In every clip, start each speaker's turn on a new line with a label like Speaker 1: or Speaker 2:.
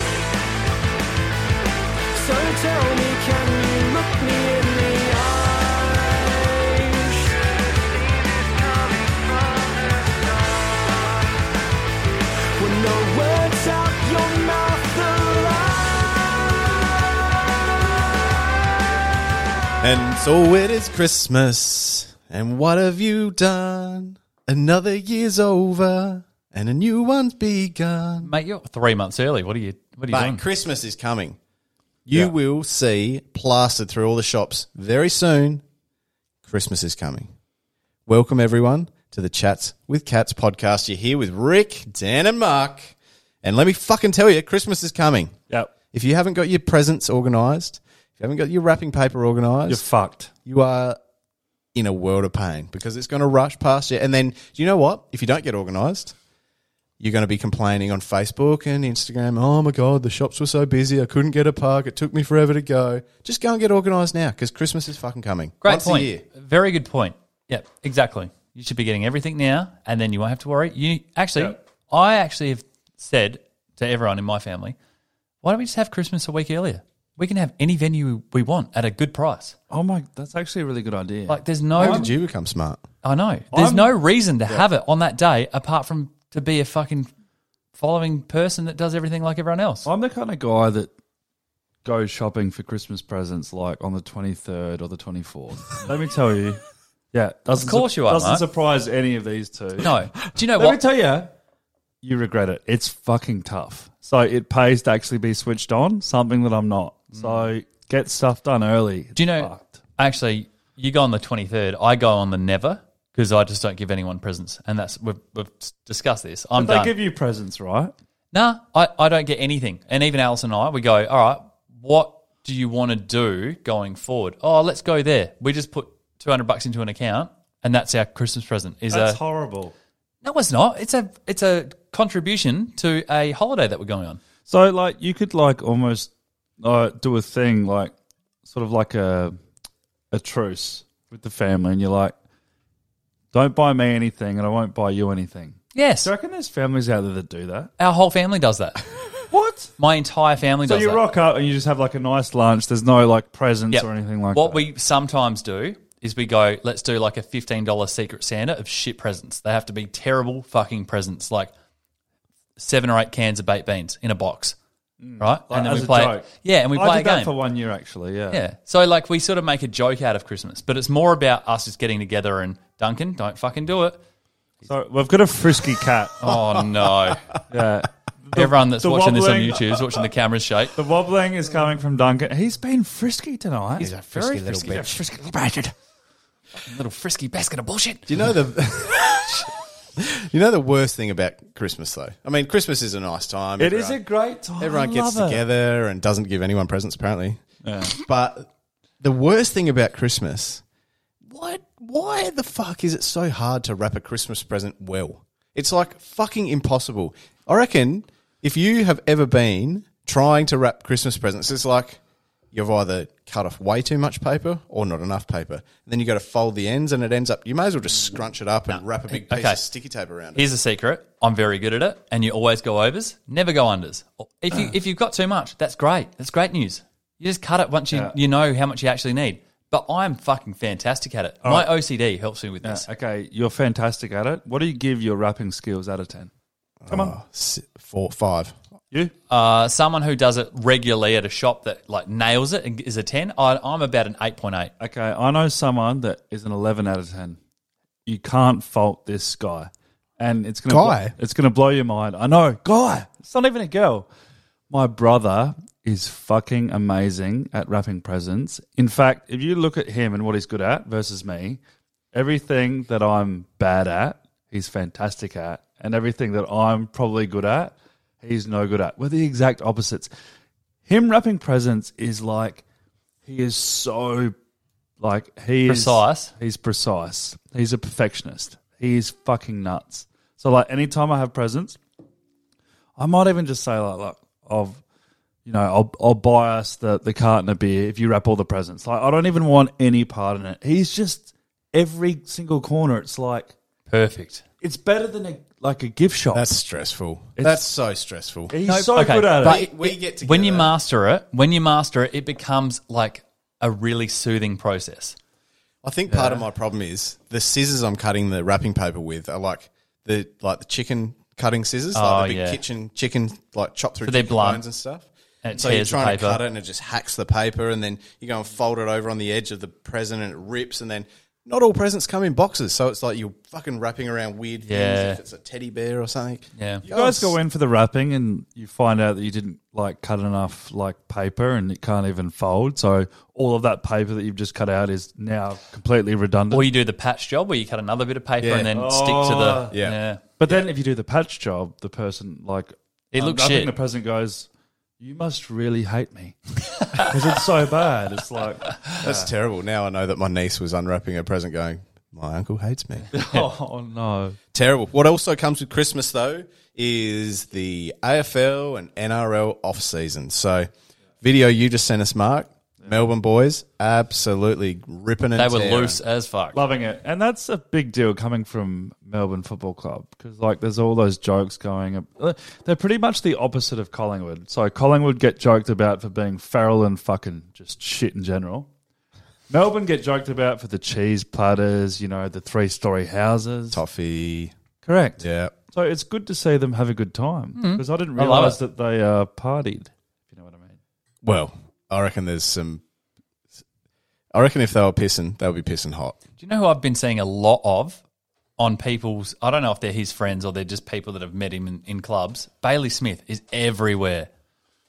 Speaker 1: So tell me, can you look me in the eyes? When the words out your mouth are
Speaker 2: And so it is Christmas. And what have you done? Another year's over and a new one's begun.
Speaker 3: Mate, you're three months early. What are you? What are you
Speaker 2: But
Speaker 3: doing?
Speaker 2: Christmas is coming. You
Speaker 3: Yeah.
Speaker 2: will see plastered through all the shops very soon. Christmas is coming. Welcome, everyone, to the Chats with Cats podcast. You're here with Rick, Dan, and Mark. And let me fucking tell you, Christmas is coming.
Speaker 3: Yep.
Speaker 2: If you haven't got your presents organized, if you haven't got your wrapping paper organized,
Speaker 3: You're fucked.
Speaker 2: you are in a world of pain because it's going to rush past you. And then, do you know what? If you don't get organized, you're going to be complaining on Facebook and Instagram. Oh my God, the shops were so busy. I couldn't get a park. It took me forever to go. Just go and get organized now because Christmas is fucking coming.
Speaker 3: Great
Speaker 2: Once
Speaker 3: point.
Speaker 2: a year.
Speaker 3: Very good point. Yep, exactly. You should be getting everything now, and then you won't have to worry. You actually, I actually have said to everyone in my family, why don't we just have Christmas a week earlier? We can have any venue we want at a good price.
Speaker 4: Oh my, that's actually a really good idea.
Speaker 3: Like, there's no,
Speaker 2: How did you become smart?
Speaker 3: I know, there's
Speaker 4: I'm-
Speaker 3: no reason to have it on that day apart from to be a fucking following person that does everything like everyone else.
Speaker 4: I'm the kind of guy that goes shopping for Christmas presents like on the 23rd or the 24th. Let me tell you. Yeah, doesn't
Speaker 3: Of course
Speaker 4: sur-
Speaker 3: you are,
Speaker 4: Doesn't
Speaker 3: mate.
Speaker 4: surprise any of these two.
Speaker 3: No, do you know
Speaker 4: Let me
Speaker 3: what?
Speaker 4: tell you, you regret it. It's fucking tough. So it pays to actually be switched on, something that I'm not. So get stuff done early.
Speaker 3: Do you know?
Speaker 4: It's fucked.
Speaker 3: Actually, you go on the twenty third. I go on the never because I just don't give anyone presents, and that's we've, we've discussed this. I'm
Speaker 4: They
Speaker 3: done.
Speaker 4: give you presents, right?
Speaker 3: nah, I, I don't get anything. And even Alice and I, we go. All right, what do you want to do going forward? Oh, let's go there. We just put two hundred bucks into an account, and that's our Christmas present. Is
Speaker 4: That's
Speaker 3: a
Speaker 4: horrible.
Speaker 3: no, it's not. It's a it's a contribution to a holiday that we're going on.
Speaker 4: So like you could like almost uh, do a thing like sort of like a a truce with the family, and you're like, don't buy me anything, and I won't buy you anything.
Speaker 3: Yes,
Speaker 4: Do you reckon there's families out there that do that?
Speaker 3: our whole family does that.
Speaker 4: What?
Speaker 3: My entire family
Speaker 4: So
Speaker 3: does
Speaker 4: you
Speaker 3: that.
Speaker 4: rock up and you just have like a nice lunch. There's no like presents
Speaker 3: Yep.
Speaker 4: or anything like
Speaker 3: what
Speaker 4: that.
Speaker 3: we sometimes do is we go, let's do like a fifteen dollar secret Santa of shit presents. They have to be terrible fucking presents, like seven or eight cans of baked beans in a box, right?
Speaker 4: Mm. Like, Uh, as a
Speaker 3: play,
Speaker 4: joke.
Speaker 3: yeah, and we
Speaker 4: I
Speaker 3: play
Speaker 4: did
Speaker 3: a
Speaker 4: that
Speaker 3: game.
Speaker 4: for one year actually. Yeah.
Speaker 3: yeah, so like we sort of make a joke out of Christmas, but it's more about us just getting together and Duncan, don't fucking do it.
Speaker 4: So we've got a frisky cat.
Speaker 3: Oh no!
Speaker 4: yeah.
Speaker 3: Everyone that's
Speaker 4: the
Speaker 3: watching this on
Speaker 4: wobbling.
Speaker 3: YouTube is watching the cameras shake.
Speaker 4: The wobbling is coming from Duncan. He's been frisky tonight.
Speaker 3: He's a frisky little
Speaker 4: He's a
Speaker 3: bitch.
Speaker 4: frisky little bastard.
Speaker 3: Little frisky basket of bullshit.
Speaker 2: Do you know the. You know the worst thing about Christmas, though. I mean, Christmas is a nice time.
Speaker 4: It is a
Speaker 2: Everyone-
Speaker 4: great time.
Speaker 2: Everyone
Speaker 4: Oh, I
Speaker 2: gets
Speaker 4: love it.
Speaker 2: together and doesn't give anyone presents, apparently. But the worst thing about Christmas, why, why the fuck is it so hard to wrap a Christmas present well? It's like fucking impossible. I reckon if you have ever been trying to wrap Christmas presents, it's like you've either cut off way too much paper or not enough paper. And then you got to fold the ends and it ends up, you may as well just scrunch it up and wrap a big piece
Speaker 3: Okay.
Speaker 2: of sticky tape around it.
Speaker 3: Here's a secret. I'm very good at it, and you always go overs, never go unders. If you if you've got too much, that's great. That's great news. You just cut it once you, you know how much you actually need. But I'm fucking fantastic at it. My OCD helps me with this.
Speaker 4: Uh, Okay, you're fantastic at it. What do you give your rapping skills out of 10? Come on.
Speaker 2: S- Four, five.
Speaker 4: You?
Speaker 3: Uh, someone who does it regularly at a shop that like nails it and is a ten. I, I'm about an eight point eight.
Speaker 4: Okay, I know someone that is an 11 out of 10. You can't fault this guy. And it's going to
Speaker 2: Guy?
Speaker 4: it's going to blow your mind. I know. Guy. It's not even a girl. My brother is fucking amazing at wrapping presents. In fact, if you look at him and what he's good at versus me, everything that I'm bad at, he's fantastic at, and everything that I'm probably good at, he's no good at. We're the exact opposites. Him wrapping presents is like he is so like he is-
Speaker 3: Precise.
Speaker 4: He's precise. He's a perfectionist. He is fucking nuts. So like anytime I have presents, I might even just say like, look, of you know, I'll I'll buy us the the carton of beer if you wrap all the presents. Like I don't even want any part in it. He's just every single corner. It's like
Speaker 3: Perfect.
Speaker 4: it's better than a like a gift shop.
Speaker 2: That's stressful. That's so stressful.
Speaker 4: He's
Speaker 3: No,
Speaker 4: so
Speaker 3: okay,
Speaker 4: good at
Speaker 2: But
Speaker 4: it.
Speaker 2: we, we get together.
Speaker 3: When you master it, when you master it, it becomes like a really soothing process.
Speaker 2: I think part of my problem is the scissors I'm cutting the wrapping paper with are like the like the chicken cutting scissors,
Speaker 3: Oh,
Speaker 2: like the big
Speaker 3: yeah.
Speaker 2: kitchen chicken like chop through
Speaker 3: they're
Speaker 2: chicken
Speaker 3: blunt.
Speaker 2: bones and stuff.
Speaker 3: And it
Speaker 2: so you're
Speaker 3: tears the
Speaker 2: trying to
Speaker 3: paper.
Speaker 2: cut it and it just hacks the paper, and then you go and fold it over on the edge of the present and it rips, and then not all presents come in boxes, so it's like you're fucking wrapping around weird things
Speaker 3: Yeah.
Speaker 2: if it's a teddy bear or something.
Speaker 3: Yeah.
Speaker 4: You guys go in for the wrapping and you find out that you didn't like cut enough like paper and it can't even fold. So all of that paper that you've just cut out is now completely redundant.
Speaker 3: Or you do the patch job where you cut another bit of paper
Speaker 2: Yeah.
Speaker 3: and then stick to the
Speaker 2: Yeah.
Speaker 4: but then if you do the patch job, the person like um,
Speaker 3: It looks
Speaker 4: I think
Speaker 3: shit.
Speaker 4: the person goes, "You must really hate me because it's so bad." It's like
Speaker 2: That's terrible. Now I know that my niece was unwrapping her present, going, "My uncle hates me."
Speaker 4: oh no.
Speaker 2: Terrible. What also comes with Christmas though is the AFL and NRL off season. So, video you just sent us, Mark. Melbourne boys absolutely ripping and
Speaker 3: They were
Speaker 2: tearing.
Speaker 3: loose as fuck.
Speaker 4: Loving it. And that's a big deal coming from Melbourne Football Club because, like, there's all those jokes going. uh, They're pretty much the opposite of Collingwood. So, Collingwood get joked about for being feral and fucking just shit in general. Melbourne get joked about for the cheese platters, you know, the three story houses.
Speaker 2: Toffee.
Speaker 4: Correct.
Speaker 2: Yeah.
Speaker 4: So, it's good to see them have a good time because I didn't
Speaker 3: I love
Speaker 4: realize
Speaker 3: it.
Speaker 4: that they uh, partied, if you know what I mean.
Speaker 2: Well, I reckon there's some. I reckon if they were pissing, they would be pissing hot.
Speaker 3: Do you know who I've been seeing a lot of on people's? I don't know if they're his friends or they're just people that have met him in, in clubs. Bailey Smith is everywhere,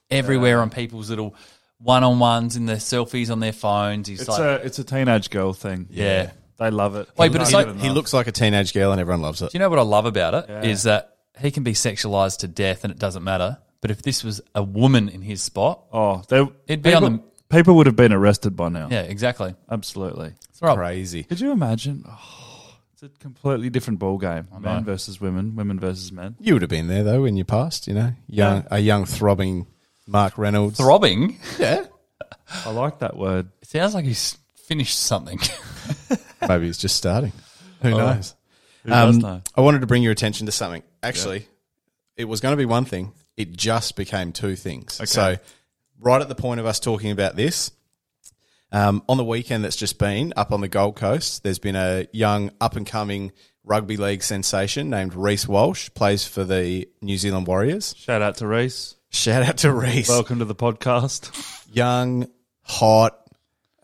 Speaker 3: everywhere on people's little one on ones in their selfies on their phones. He's
Speaker 4: It's,
Speaker 3: like,
Speaker 4: a, it's a teenage girl thing.
Speaker 3: Yeah.
Speaker 4: They love it.
Speaker 3: Wait, but it's
Speaker 4: They love
Speaker 3: like-
Speaker 4: it
Speaker 2: He
Speaker 4: enough.
Speaker 2: looks like a teenage girl, and everyone loves it.
Speaker 3: do you know what I love about it is that he can be sexualized to death and it doesn't matter. But if this was a woman in his spot,
Speaker 4: Oh, they,
Speaker 3: It'd be
Speaker 4: people,
Speaker 3: on
Speaker 4: people would have been arrested by now.
Speaker 3: yeah, exactly.
Speaker 4: absolutely.
Speaker 3: It's all right.
Speaker 2: Crazy.
Speaker 4: Could you imagine? Oh, it's a completely different ball game. Men versus women, women versus men.
Speaker 2: You would have been there though in your past, you know, young a young throbbing Mark Reynolds.
Speaker 3: Throbbing
Speaker 2: yeah.
Speaker 4: I like that word.
Speaker 3: It sounds like he's finished something.
Speaker 2: Maybe he's just starting. Who knows?
Speaker 4: Who does
Speaker 2: Um,
Speaker 4: know?
Speaker 2: I wanted to bring your attention to something. Actually, it was going to be one thing. It just became two things. So, right at the point of us talking about this, um, on the weekend that's just been up on the Gold Coast, there's been a young up and coming rugby league sensation named Reese Walsh. Plays for the New Zealand Warriors.
Speaker 4: Shout out to Reese.
Speaker 2: Shout out to Reese.
Speaker 4: Welcome to the podcast.
Speaker 2: young, hot,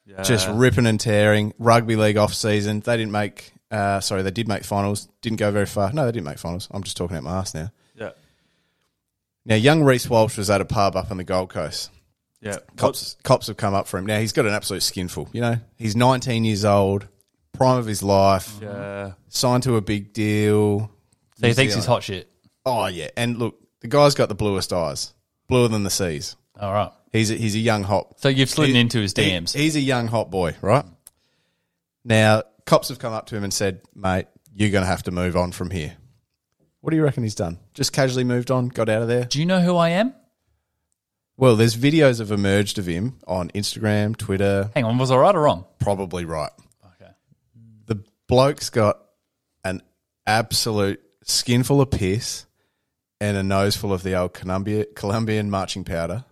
Speaker 4: Yeah.
Speaker 2: just ripping and tearing. Rugby league off season. They didn't make. Uh, sorry, they did make finals. Didn't go very far. No, they didn't make finals. I'm just talking out my ass now.
Speaker 4: yeah,
Speaker 2: Now, young Reese Walsh was at a pub up on the Gold Coast.
Speaker 4: yeah.
Speaker 2: Cops, cops have come up for him. Now he's got an absolute skinful. You know, he's 19 years old, prime of his life,
Speaker 4: Yeah.
Speaker 2: signed to a big deal.
Speaker 3: so he
Speaker 2: New
Speaker 3: thinks he's
Speaker 2: Zealand.
Speaker 3: hot shit.
Speaker 2: Oh yeah, and look, the guy's got the bluest eyes, bluer than the seas.
Speaker 3: All right.
Speaker 2: He's a, he's a young hot
Speaker 3: So you've slid
Speaker 2: He-
Speaker 3: into his
Speaker 2: he-
Speaker 3: DMs.
Speaker 2: he's a young hot boy, right? Now, cops have come up to him and said, "Mate, you're going to have to move on from here." What do you reckon he's done? Just casually moved on, got out of there.
Speaker 3: Do you know who I am?
Speaker 2: Well, there's videos have emerged of him on Instagram, Twitter.
Speaker 3: Hang on, was I right or wrong?
Speaker 2: Probably right.
Speaker 3: Okay.
Speaker 2: The bloke's got an absolute skinful of piss and a nose full of the old Columbia, Colombian marching powder.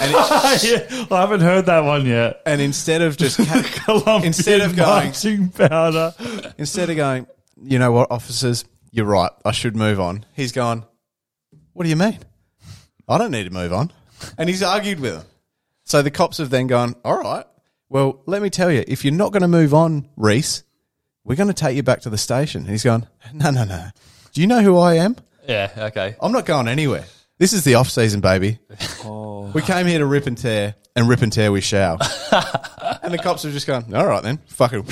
Speaker 2: And, it-
Speaker 4: yeah. I haven't heard that one yet.
Speaker 2: and instead of just ca- instead of going
Speaker 4: marching powder,
Speaker 2: instead of going, you know what, officers, you're right, I should move on. He's gone, what do you mean? I don't need to move on. And he's argued with them. So the cops have then gone, all right, well, let me tell you, if you're not going to move on, Reese, we're going to take you back to the station. And he's gone, no, no, no. Do you know who I am?
Speaker 3: Yeah, okay.
Speaker 2: I'm not going anywhere. This is the off season, baby.
Speaker 4: Oh.
Speaker 2: We came here to rip and tear, and rip and tear we shall. and the cops have just gone, all right then, fucking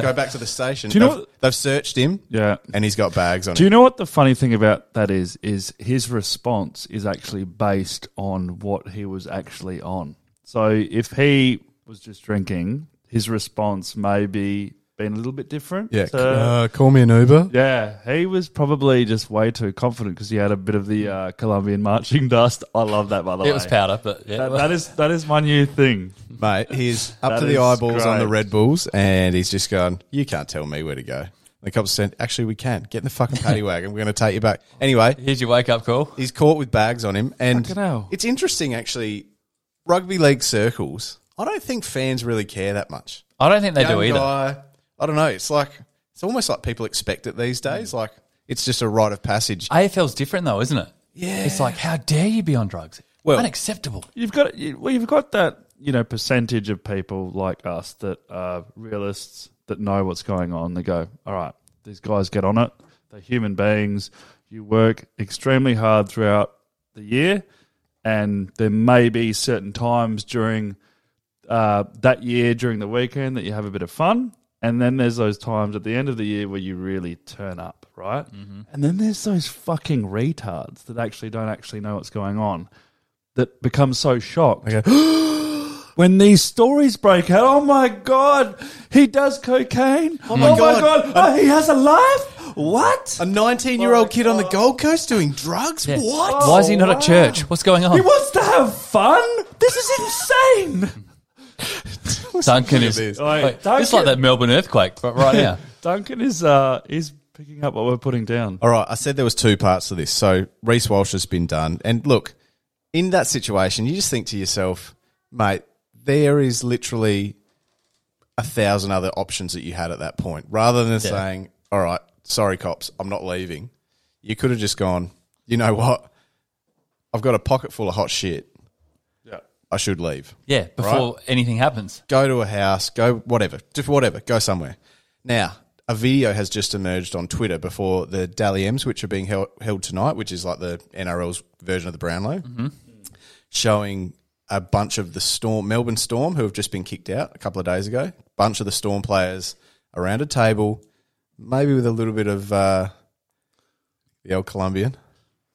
Speaker 2: Go back to the station.
Speaker 4: Do you know
Speaker 2: they've,
Speaker 4: what-
Speaker 2: they've searched him
Speaker 4: Yeah.
Speaker 2: and he's got bags on
Speaker 4: Do
Speaker 2: him.
Speaker 4: you know what the funny thing about that is? Is his response is actually based on what he was actually on. So if he was just drinking, his response may be been a little bit different.
Speaker 2: Yeah.
Speaker 4: to-
Speaker 2: uh, call me an Uber.
Speaker 4: yeah, he was probably just way too confident because he had a bit of the uh, Colombian marching dust. I love that by the way.
Speaker 3: It was powder, but yeah.
Speaker 4: That- that is that is my new thing.
Speaker 2: Mate, he's up
Speaker 4: That
Speaker 2: to the
Speaker 4: is
Speaker 2: eyeballs on the
Speaker 4: great.
Speaker 2: Red Bulls and he's just gone, You can't tell me where to go. The cops said, Actually, we can. Get in the fucking paddy wagon. We're going to take you back. Anyway,
Speaker 3: Here's your wake up call.
Speaker 2: He's caught with bags on him, and
Speaker 4: Fucking hell.
Speaker 2: it's interesting actually. Rugby league circles, I don't think fans really care that much.
Speaker 3: I don't think they do
Speaker 2: Young
Speaker 3: either.
Speaker 2: guy, I don't know. It's like it's almost like people expect it these days. Like it's just a rite of passage.
Speaker 3: AFL's different though, isn't it?
Speaker 2: Yeah.
Speaker 3: It's like, how dare you be on drugs?
Speaker 2: Well-
Speaker 3: Unacceptable.
Speaker 4: You've got you, well, you've got that you know percentage of people like us that are realists that know what's going on. They go, all right, these guys get on it. They're human beings. You work extremely hard throughout the year, and there may be certain times during uh, that year during the weekend that you have a bit of fun. And then there's those times at the end of the year where you really turn up, right?
Speaker 3: Mm-hmm.
Speaker 4: And then there's those fucking retards that actually don't actually know what's going on that become so shocked. when these stories break out, oh my God, he does cocaine. Oh my, God,
Speaker 2: God.
Speaker 4: Oh, he has a life? What?
Speaker 2: A 19 year old kid on the Gold Coast doing drugs?
Speaker 3: Yeah.
Speaker 2: What?
Speaker 3: Why is he not
Speaker 4: Oh, wow.
Speaker 3: at church? What's going on?
Speaker 4: He wants to have fun? This is insane.
Speaker 3: Duncan
Speaker 2: Look
Speaker 3: is
Speaker 2: at this.
Speaker 4: Oi,
Speaker 3: Wait,
Speaker 4: Duncan.
Speaker 3: just like that Melbourne earthquake, but right now.
Speaker 4: Duncan is uh is picking up what we're putting down.
Speaker 2: Um, All right, I said there was two parts to this. So Reese Walsh has been done, and look, in that situation, you just think to yourself, mate, there is literally a thousand other options that you had at that point. Rather than saying, "All right, sorry, cops, I'm not leaving," you could have just gone, "You know what? I've got a pocket full of hot shit.
Speaker 4: Yeah.
Speaker 2: I should leave."
Speaker 3: Yeah, before anything happens.
Speaker 2: go to a house, go whatever, just whatever, go somewhere. Now, a video has just emerged on Twitter before the Dally M's, which are being held, held tonight, which is like the NRL's version of the Brownlow, showing a bunch of the Storm, Melbourne Storm, who have just been kicked out a couple of days ago, bunch of the Storm players around a table, maybe with a little bit of uh, the old Colombian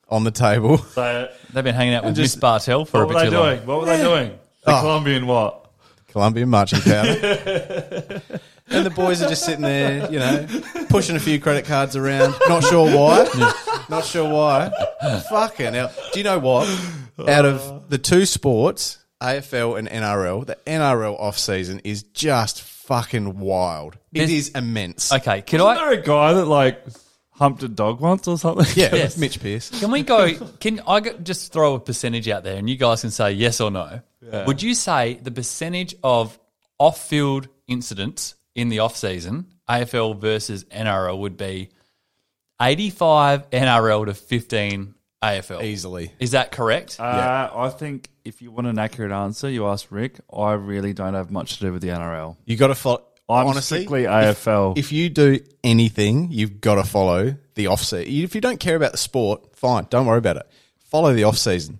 Speaker 2: on the table.
Speaker 4: So
Speaker 3: They've been hanging out with Miss Bartel for a
Speaker 4: what
Speaker 3: bit
Speaker 4: were they
Speaker 3: too
Speaker 4: doing?
Speaker 3: long.
Speaker 4: What were they doing? The Colombian what?
Speaker 2: Colombian marching powder. and the boys are just sitting there, you know, pushing a few credit cards around. Not sure why. Not sure why. Fucking hell. Do you know what? Out of the two sports, AFL and NRL, the NRL off season is just fucking wild. It
Speaker 3: There's-
Speaker 2: is immense.
Speaker 3: Okay, can
Speaker 4: Wasn't
Speaker 3: I
Speaker 4: there a guy that like humped a dog once or something?
Speaker 2: Yeah,
Speaker 3: Yes.
Speaker 2: Mitch Pearce.
Speaker 3: can we go can I go- just throw a percentage out there and you guys can say yes or no. Would you say the percentage of off-field incidents in the off-season, AFL versus NRL would be 85 NRL to 15 AFL?
Speaker 2: Easily.
Speaker 3: Is that correct?
Speaker 4: Uh, I think if you want an accurate answer, you ask Rick. I really don't have much to do with the NRL.
Speaker 2: You got to follow.
Speaker 4: I'm
Speaker 2: honestly,
Speaker 4: strictly AFL.
Speaker 2: if you do anything, you've got to follow the off season. If you don't care about the sport, fine, don't worry about it. Follow the off season.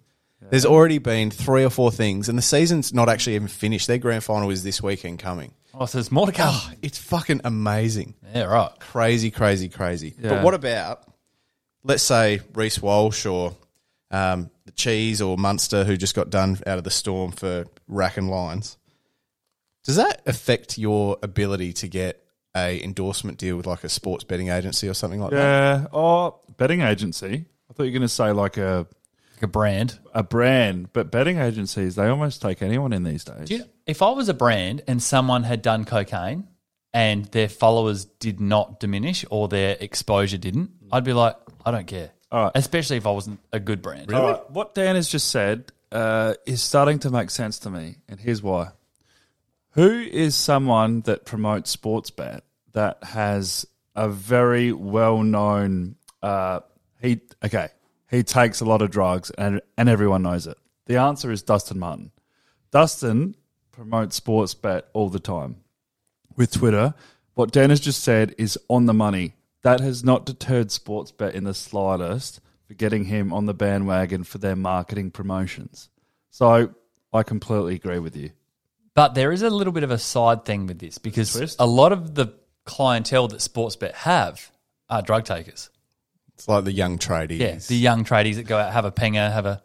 Speaker 2: There's already been three or four things, and the season's not actually even finished. Their grand final is this weekend coming.
Speaker 3: oh, so there's more to come.
Speaker 4: Ah,
Speaker 2: It's fucking amazing.
Speaker 3: Yeah, right.
Speaker 2: Crazy, crazy, crazy.
Speaker 4: Yeah.
Speaker 2: But what about, let's say, Reese Walsh or um, the Cheese or Munster, who just got done out of the storm for rack and lines? Does that affect your ability to get a endorsement deal with like a sports betting agency or something like that?
Speaker 4: yeah, or betting agency. I thought you were going to say like a
Speaker 3: Like a brand.
Speaker 4: a brand, but betting agencies they almost take anyone in these days.
Speaker 3: Do you- if I was a brand and someone had done cocaine and their followers did not diminish or their exposure didn't, I'd be like, I don't care.
Speaker 4: All right.
Speaker 3: Especially if I wasn't a good brand.
Speaker 4: All right, What Dan has just said uh, is starting to make sense to me, and here's why. Who is someone that promotes sports bet that has a very well known? Uh, he okay. He takes a lot of drugs, and and everyone knows it. The answer is Dustin Martin. Dustin promotes sports bet all the time with Twitter. What Dan has just said is on the money. That has not deterred Sportsbet in the slightest for getting him on the bandwagon for their marketing promotions. So I completely agree with you.
Speaker 3: But there is a little bit of a side thing with this because
Speaker 4: Twist?
Speaker 3: a lot of the clientele that Sportsbet have are drug takers.
Speaker 2: It's like the young tradies.
Speaker 3: Yeah, the young tradies that go out have a penga, have a.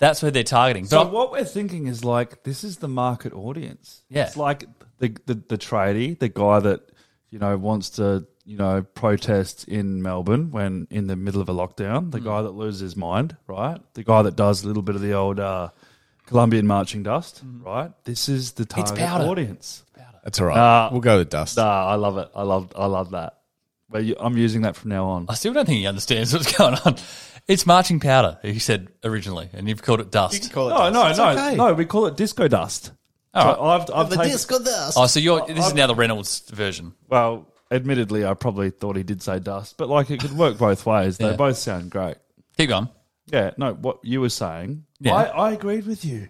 Speaker 3: That's where they're targeting. But
Speaker 4: So
Speaker 3: I-
Speaker 4: what we're thinking is like this is the market audience.
Speaker 3: Yeah.
Speaker 4: it's like the the, the tradie, the guy that you know wants to you know protest in Melbourne when in the middle of a lockdown. The guy that loses his mind, right? The guy that does a little bit of the old uh, Colombian marching dust, right? This is the target
Speaker 3: powder.
Speaker 4: audience.
Speaker 2: That's all right.
Speaker 4: Uh,
Speaker 2: we'll go with dust.
Speaker 4: Nah, I love it. I love I love that. But you, I'm using that from now on.
Speaker 3: I still don't think he understands what's going on. It's marching powder, he said originally, and you've called it dust.
Speaker 2: call
Speaker 4: No, Oh, no,
Speaker 2: It's
Speaker 4: no,
Speaker 2: okay.
Speaker 4: no. We call it disco dust.
Speaker 3: All
Speaker 4: So
Speaker 3: right.
Speaker 4: I've, I've taken,
Speaker 2: dust.
Speaker 3: oh, so you're, this is now the Reynolds version.
Speaker 4: Well, admittedly, I probably thought he did say dust, but like it could work both ways. They
Speaker 3: Yeah.
Speaker 4: both sound great.
Speaker 3: Keep going.
Speaker 4: Yeah, no, what you were saying,
Speaker 3: Yeah. Hmm.
Speaker 4: I, I agreed with you.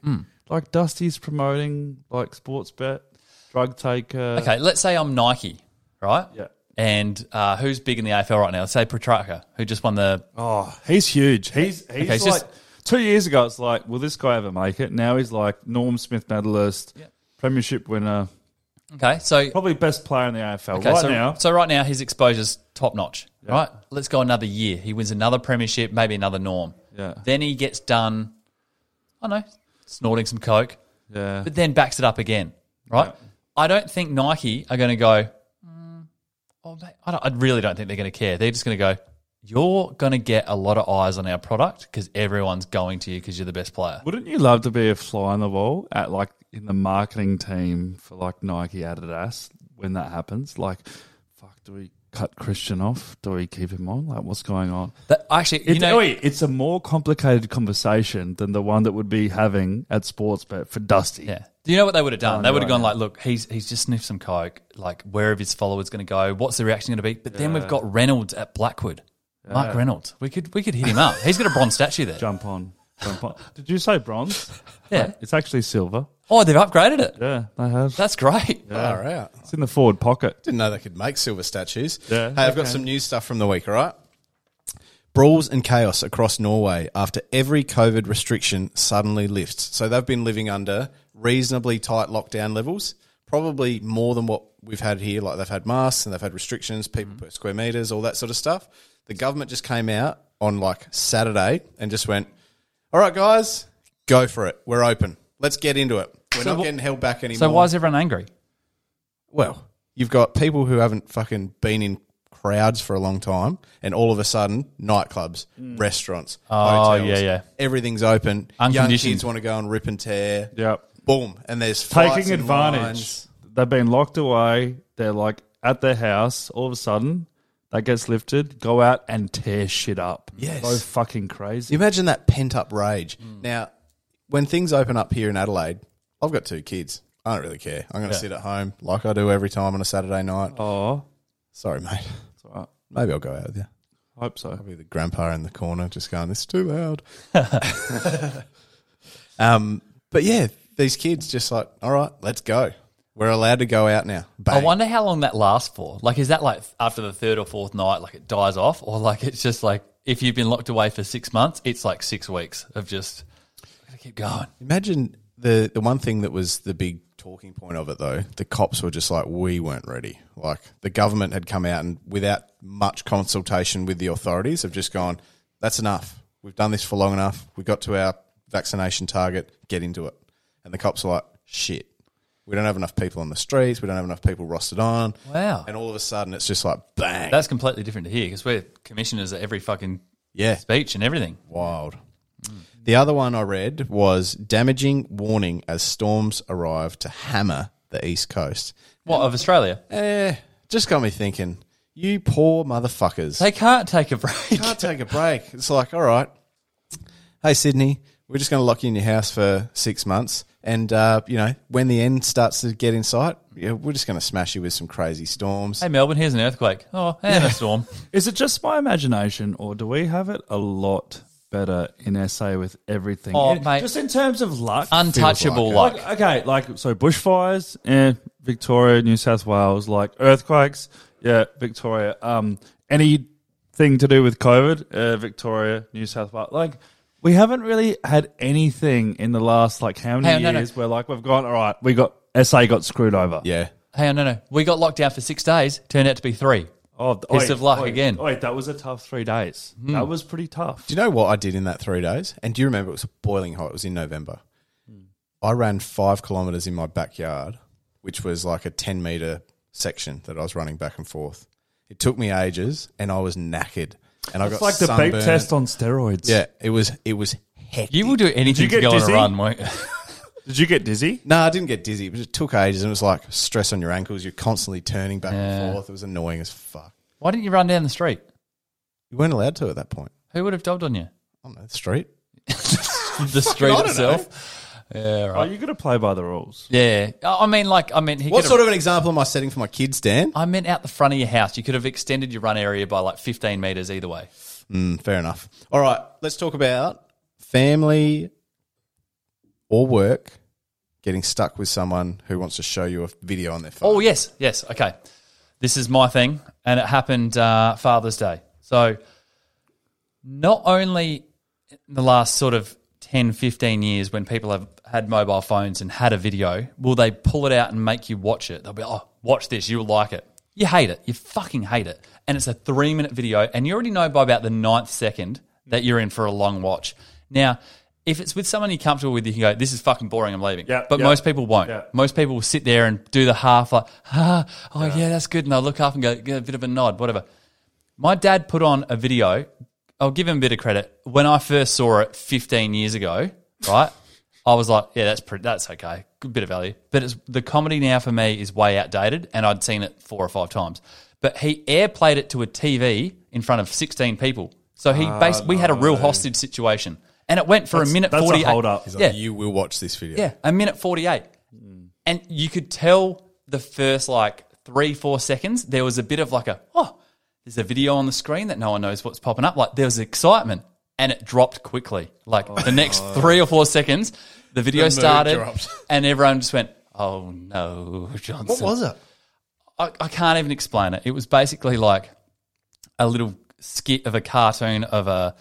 Speaker 4: Like Dusty's promoting like sports bet, drug taker.
Speaker 3: Okay, let's say I'm Nike, right?
Speaker 4: Yeah.
Speaker 3: And uh, who's big in the AFL right now? Let's say Petrarca, who just won the.
Speaker 4: Oh, he's huge. He's he's
Speaker 3: Okay, it's
Speaker 4: like
Speaker 3: just-
Speaker 4: two years ago. It's like, will this guy ever make it? Now he's like Norm Smith medalist, premiership winner,
Speaker 3: Okay, so
Speaker 4: probably best player in the AFL
Speaker 3: Okay,
Speaker 4: right
Speaker 3: so,
Speaker 4: now.
Speaker 3: So right now his exposure's top notch. Right? Let's go another year. He wins another premiership, maybe another norm.
Speaker 4: Yeah.
Speaker 3: Then he gets done I don't know, snorting some coke,
Speaker 4: yeah,
Speaker 3: but then backs it up again. Right? I don't think Nike are gonna go, "Mm, oh, mate," I, don't, I really don't think they're gonna care. They're just gonna go, You're gonna get a lot of eyes on our product because everyone's going to you because you're the best player.
Speaker 4: Wouldn't you love to be a fly on the wall at like in the marketing team for like Nike Adidas when that happens? Like, fuck, do we cut Christian off? Do we keep him on? Like, what's going on?
Speaker 3: That, actually, you
Speaker 4: It's, oh,
Speaker 3: know,
Speaker 4: oi, it's a more complicated conversation than the one that would be having at Sportsbet for Dusty.
Speaker 3: Yeah. Do you know what they would have done?
Speaker 4: Oh,
Speaker 3: they would have
Speaker 4: no,
Speaker 3: gone
Speaker 4: no.
Speaker 3: like, look, he's he's just sniffed some coke. Like, where are his followers going to go? What's the reaction going to be? But then we've got Reynolds at Blackwood, Mark Reynolds. We could we could hit him up. He's got a bronze statue there.
Speaker 4: Jump on. Jump on. Did you say bronze?
Speaker 3: Yeah.
Speaker 4: It's actually silver.
Speaker 3: Oh, they've upgraded it.
Speaker 4: Yeah, they have.
Speaker 3: That's great.
Speaker 2: Far out.
Speaker 4: it's in the forward pocket.
Speaker 2: Didn't know they could make silver statues.
Speaker 4: Yeah,
Speaker 2: Hey, I've got some new stuff from the week, all right? Brawls and chaos across Norway after every COVID restriction suddenly lifts. So they've been living under reasonably tight lockdown levels, probably more than what we've had here. Like they've had masks and they've had restrictions, people
Speaker 3: Mm-hmm.
Speaker 2: per square meters, all that sort of stuff. The government just came out on like Saturday and just went, all right, guys, go for it. We're open. Let's get into it. We're
Speaker 3: So
Speaker 2: not
Speaker 3: wh-
Speaker 2: getting held back anymore.
Speaker 3: So why is everyone angry?
Speaker 2: Well, you've got people who haven't fucking been in crowds for a long time, and all of a sudden, nightclubs,
Speaker 4: Mm.
Speaker 2: restaurants,
Speaker 3: Oh,
Speaker 2: hotels,
Speaker 3: yeah, yeah.
Speaker 2: everything—everything's open. Young
Speaker 3: Unconditioned.
Speaker 2: kids want to go and rip and tear.
Speaker 4: Yep.
Speaker 2: Boom, and there's fights
Speaker 4: taking
Speaker 2: and
Speaker 4: advantage.
Speaker 2: lines.
Speaker 4: They've been locked away. They're like at their house. All of a sudden, that gets lifted. Go out and tear shit up.
Speaker 2: Yes.
Speaker 4: so fucking
Speaker 2: You
Speaker 4: crazy.
Speaker 2: imagine that pent up rage.
Speaker 4: Mm.
Speaker 2: Now, when things open up here in Adelaide, I've got two kids. I don't really care. I'm going to sit at home like I do every time on a Saturday night.
Speaker 4: Oh,
Speaker 2: Sorry, mate.
Speaker 4: it's all right.
Speaker 2: Maybe I'll go out with you.
Speaker 4: I hope so.
Speaker 2: Be the grandpa in the corner just going, "This is too loud." um, but yeah, these kids just like, "All right, let's go. We're allowed to go out now."
Speaker 3: I
Speaker 2: Bang.
Speaker 3: wonder how long that lasts for. Like, is that like after the third or fourth night, like it dies off, or like it's just like if you've been locked away for six months, it's like six weeks of just I gotta keep going.
Speaker 2: Imagine the the one thing that was the big talking point of it though. The cops were just like, "We weren't ready." Like the government had come out and without much consultation with the authorities, have just gone, "That's enough. We've done this for long enough. We got to our vaccination target. Get into it." And the cops were like, "Shit." We don't have enough people on the streets. We don't have enough people rostered on.
Speaker 3: Wow.
Speaker 2: And all of a sudden, it's just like bang.
Speaker 3: That's completely different to here because we're commissioners at every fucking
Speaker 2: yeah,
Speaker 3: speech and everything.
Speaker 2: wild. The other one I read was damaging warning as storms arrive to hammer the east coast.
Speaker 3: What of Australia?
Speaker 2: Eh, just got me thinking. You poor motherfuckers.
Speaker 3: They can't take a break.
Speaker 2: can't take a break. It's like, all right, hey Sydney, we're just going to lock you in your house for six months, and uh, you know when the end starts to get in sight, yeah, we're just going to smash you with some crazy storms.
Speaker 3: Hey Melbourne, here's an earthquake. Oh, and a storm.
Speaker 4: Is it just my imagination, or do we have it a lot better in SA with everything?
Speaker 3: Oh,
Speaker 4: In-
Speaker 3: mate. Uh,
Speaker 4: just in terms of luck,
Speaker 3: Untouchable like.
Speaker 4: Like, okay, like so bushfires in Victoria, New South Wales, like earthquakes, yeah, Victoria. Um, anything to do with COVID, uh, Victoria, New South Wales, like. We haven't really had anything in the last like how many
Speaker 3: Hey, no, no.
Speaker 4: years where like we've gone all right. We got SA got screwed over.
Speaker 2: Yeah,
Speaker 3: Hey, no, no, we got locked down for six days. Turned out to be three.
Speaker 4: Oh,
Speaker 3: Piece of luck again. Hmm.
Speaker 4: Oh, that was a tough three days. That was pretty tough.
Speaker 2: Do you know what I did in that three days? And do you remember it was boiling hot? It was in November. I ran five kilometers in my backyard, which was like a 10 meter section that I was running back and forth. It took me ages and I was knackered. And I
Speaker 4: It's
Speaker 2: got
Speaker 4: like the
Speaker 2: sunburn.
Speaker 4: beep test on steroids.
Speaker 2: Yeah, it was, it was hectic.
Speaker 3: You will do anything
Speaker 4: you
Speaker 3: to
Speaker 4: get
Speaker 3: go on
Speaker 4: dizzy?
Speaker 3: a run, won't you?
Speaker 4: Did you get dizzy?
Speaker 2: No, I didn't get dizzy, but it took ages and it was like stress on your ankles. You're constantly turning back
Speaker 3: Yeah.
Speaker 2: and forth. It was annoying as fuck.
Speaker 3: Why didn't you run down the street?
Speaker 2: You weren't allowed to at that point.
Speaker 3: Who would have dobbed on you?
Speaker 2: On the street.
Speaker 3: The street
Speaker 2: I don't
Speaker 3: itself. Yeah,
Speaker 4: Oh,
Speaker 3: right.
Speaker 4: you got to play by the rules.
Speaker 3: Yeah, I I mean, like, I mean, he
Speaker 2: What
Speaker 3: could
Speaker 2: sort
Speaker 3: have,
Speaker 2: of an example am I setting for my kids, Dan?
Speaker 3: I meant out the front of your house. You could have extended your run area by like fifteen meters either way.
Speaker 2: Mm, fair enough. All right, let's talk about family or work getting stuck with someone who wants to show you a video on their phone.
Speaker 3: Oh yes, yes. Okay, this is my thing, and it happened uh, Father's Day. So, not only in the last sort of 10, 15 years, when people have had mobile phones and had a video, will they pull it out and make you watch it? They'll be, oh, watch this, you'll like it. You hate it, you fucking hate it, and it's a three-minute video, and you already know by about the ninth second that you're in for a long watch. Now. If it's with someone you're comfortable with, you can go, this is fucking boring, I'm leaving.
Speaker 4: Yeah,
Speaker 3: but
Speaker 4: yeah.
Speaker 3: most people won't.
Speaker 4: Yeah.
Speaker 3: Most people will sit there and do the half like, ah, oh yeah. that's good. And they'll look up and go, get a bit of a nod, whatever. My dad put on a video. I'll give him a bit of credit. When I first saw it 15 years ago, right, I was like, yeah, that's pretty, that's okay, good bit of value. But it's the comedy now for me is way outdated, and I'd seen it four or five times. But he airplayed it to a TV in front of 16 people, so he basically we had a real hostage situation, and it went for
Speaker 4: Ah, That's-
Speaker 3: a minute
Speaker 4: that's a
Speaker 3: 48.
Speaker 4: hold-up. He's
Speaker 2: He's like, you will watch this video.
Speaker 3: Yeah, a minute 48. And you could tell the first like three, four seconds, there was a bit of like a, oh, there's a video on the screen that no one knows what's popping up. Like there was excitement and it dropped quickly. Like the next three or four seconds, the video
Speaker 2: Oh. mood
Speaker 3: started
Speaker 2: dropped.
Speaker 3: and everyone just went, oh no, Johnson.
Speaker 2: What was it?
Speaker 3: I, I can't even explain it. It was basically like a little skit of a cartoon of a,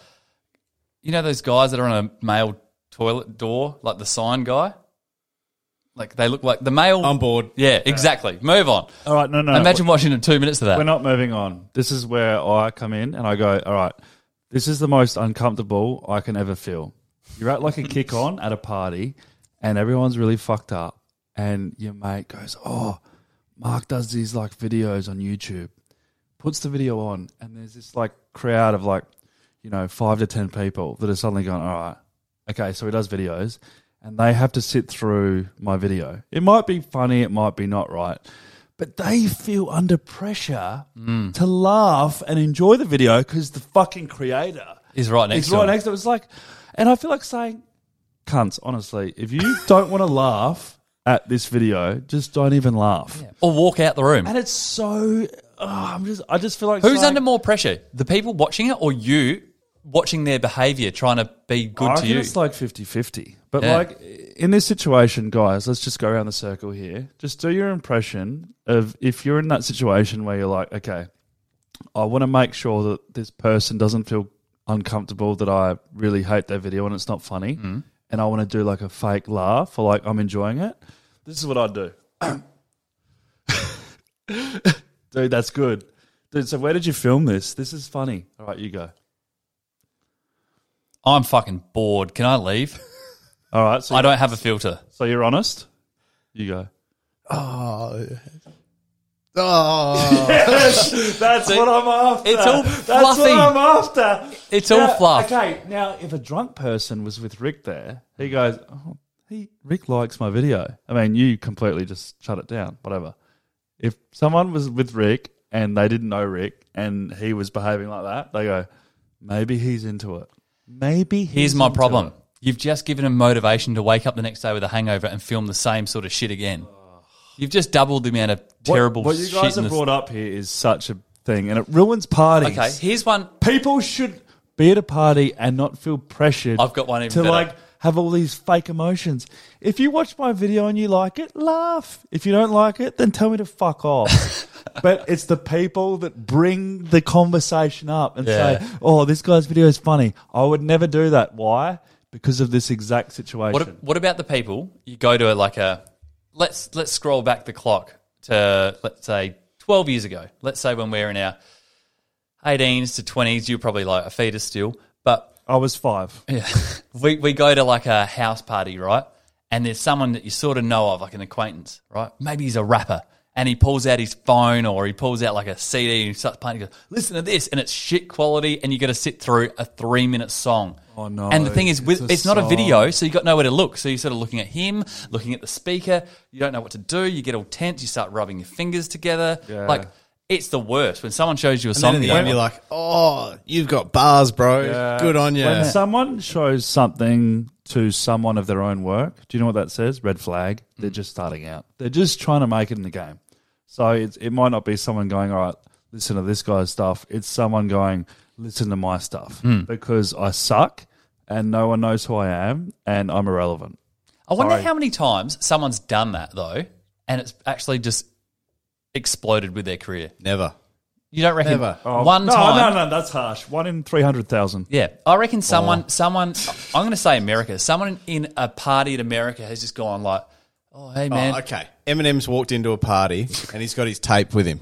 Speaker 3: you know, those guys that are on a male toilet door, like the sign guy. Like they look like the male.
Speaker 2: On board.
Speaker 3: Yeah, exactly. Move on.
Speaker 4: All right, no, no.
Speaker 3: Imagine watching in two minutes of that.
Speaker 4: We're not moving on. This is where I come in and I go, all right, this is the most uncomfortable I can ever feel. You're at like a kick on at a party and everyone's really fucked up. And your mate goes, oh, Mark does these like videos on YouTube, puts the video on, and there's this like crowd of like, you know, five to 10 people that are suddenly going, all right, okay, so he does videos. And they have to sit through my video. It might be funny, it might be not right but they feel under pressure
Speaker 3: Mm.
Speaker 4: to laugh and enjoy the video because the fucking creator
Speaker 3: He's right next
Speaker 4: is
Speaker 3: to
Speaker 4: right
Speaker 3: him.
Speaker 4: next to it. It's like, and I feel like saying, cunts, honestly, if you don't want to laugh at this video, just don't even laugh.
Speaker 3: Or walk out the room.
Speaker 4: And it's so, oh, I'm just, I just feel like
Speaker 3: Who's
Speaker 4: saying-
Speaker 3: under more pressure? The people watching it or you watching their behavior trying to be
Speaker 4: I
Speaker 3: good to
Speaker 4: reckon
Speaker 3: you?
Speaker 4: It's like 50 50. But
Speaker 3: Yeah.
Speaker 4: like in this situation, guys, let's just go around the circle here. Just do your impression of if you're in that situation where you're like, okay, I want to make sure that this person doesn't feel uncomfortable that I really hate their video and it's not funny.
Speaker 3: Mm-hmm.
Speaker 4: And I want to do like a fake laugh or like I'm enjoying it. This is what I'd do. Dude, that's good. Dude, so where did you film this? This is funny. All right, you go.
Speaker 3: I'm fucking bored. Can I leave?
Speaker 4: All right, so
Speaker 3: I don't have a filter.
Speaker 4: so you're honest. You go.
Speaker 2: Oh. Oh.
Speaker 4: That's what I'm after.
Speaker 3: it's all
Speaker 4: That's
Speaker 3: fluffy.
Speaker 4: what I'm after.
Speaker 3: It's all
Speaker 4: Now-
Speaker 3: fluff.
Speaker 4: Okay, now if a drunk person was with Rick there, he goes, oh, he Rick likes my video. I mean, you completely just shut it down, whatever. If someone was with Rick and they didn't know Rick and he was behaving like that, they go, maybe he's into it. Maybe he's
Speaker 3: Here's my
Speaker 4: into
Speaker 3: problem.
Speaker 4: it."
Speaker 3: You've just given him motivation to wake up the next day with a hangover and film the same sort of shit again. You've just doubled the amount of
Speaker 4: What-
Speaker 3: terrible
Speaker 4: What, you guys
Speaker 3: shit. in
Speaker 4: have
Speaker 3: this-
Speaker 4: brought up here is such a thing, and it ruins parties.
Speaker 3: okay, here's one.
Speaker 4: people should be at a party and not feel pressured.
Speaker 3: I've got one even
Speaker 4: to
Speaker 3: better.
Speaker 4: like have all these fake emotions. If you watch my video and you like it, laugh. If you don't like it, then tell me to fuck off. but it's the people that bring the conversation up and
Speaker 3: Yeah.
Speaker 4: say, "Oh, this guy's video is funny." I would never do that. Why? Because of this exact situation.
Speaker 3: What, what about the people you go to like a let's let's scroll back the clock to let's say 12 years ago, let's say when we're in our 18s to 20s, you're probably like a fetus still, but
Speaker 4: I was five.
Speaker 3: we, we go to like a house party, right? And there's someone that you sort of know of, like an acquaintance, right? Maybe he's a rapper and he pulls out his phone or he pulls out like a CD and he starts playing. He goes, listen to this. And it's shit quality and you got to sit through a three minute song.
Speaker 4: Oh, no.
Speaker 3: And the thing is,
Speaker 4: It's
Speaker 3: with,
Speaker 4: a
Speaker 3: it's, not a
Speaker 4: song.
Speaker 3: video, so you got nowhere to look. So you're sort of looking at him, looking at the speaker. You don't know what to do. You get all tense. You start rubbing your fingers together.
Speaker 4: Yeah.
Speaker 3: Like, it's the worst when someone shows you a
Speaker 2: And
Speaker 3: song.
Speaker 2: then at the
Speaker 3: you don't
Speaker 2: end, you're
Speaker 3: like-
Speaker 2: like, oh, you've got bars, bro. Good on you.
Speaker 4: When someone shows something to someone of their own work, do you know what that says? Red flag. They're
Speaker 3: Mm.
Speaker 4: just starting out. They're just trying to make it in the game. So it's, it might not be someone going, all right, listen to this guy's stuff. It's someone going, listen to my stuff
Speaker 3: Hmm.
Speaker 4: because I suck and no one knows who I am and I'm irrelevant.
Speaker 3: I wonder
Speaker 4: Sorry.
Speaker 3: how many times someone's done that though, and it's actually just exploded with their career.
Speaker 2: Never.
Speaker 3: You don't reckon
Speaker 2: Never.
Speaker 3: one
Speaker 4: Oh, no,
Speaker 3: time?
Speaker 4: No, no, that's harsh. One in 300,000.
Speaker 3: Yeah, I reckon someone,
Speaker 4: Oh.
Speaker 3: someone, I'm going to say America. Someone in a party in America has just gone like, "Oh, hey man,
Speaker 2: Oh, okay. Eminem's walked into a party and he's got his tape with him.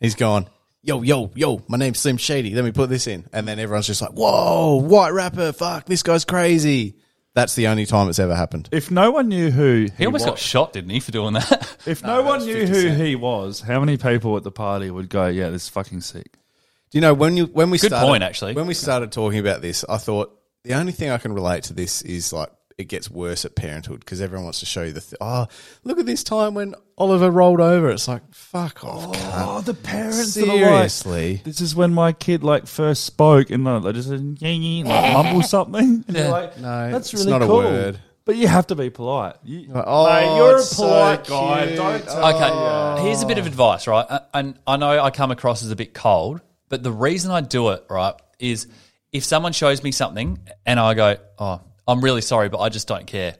Speaker 2: He's gone, yo, yo, yo, my name's Slim Shady. Let me put this in. And then everyone's just like, whoa, white rapper, fuck, this guy's crazy. That's the only time it's ever happened.
Speaker 4: If no one knew who he,
Speaker 3: he almost
Speaker 4: wa-
Speaker 3: got shot, didn't he, for doing that?"
Speaker 4: if no, one knew who he was, how many people at the party would go, "Yeah, this is fucking sick."
Speaker 2: Do you know when you when we
Speaker 3: Good
Speaker 2: started,
Speaker 3: point, actually.
Speaker 2: when we started talking about this, I thought the only thing I can relate to this is like it gets worse at parenthood because everyone wants to show you the th- oh look at this time when Oliver rolled over. It's like fuck off.
Speaker 4: Oh,
Speaker 2: cunt.
Speaker 4: the parents that are like-
Speaker 2: Seriously,
Speaker 4: this is when my kid like first spoke and like, they just said, "Yeah, yeah," like mumble something. And
Speaker 3: Yeah.
Speaker 4: you're like,
Speaker 2: No,
Speaker 4: that's
Speaker 2: it's
Speaker 4: really
Speaker 2: not a
Speaker 4: cool.
Speaker 2: word.
Speaker 4: But you have to be polite. You,
Speaker 2: oh,
Speaker 4: Mate, you're a
Speaker 2: it's so
Speaker 4: polite guy.
Speaker 2: cute.
Speaker 4: Don't tell
Speaker 3: Okay, here's a bit of advice, right? I- And I know I come across as a bit cold, but the reason I do it, right, is if someone shows me something and I go, "Oh, I'm really sorry, but I just don't care,"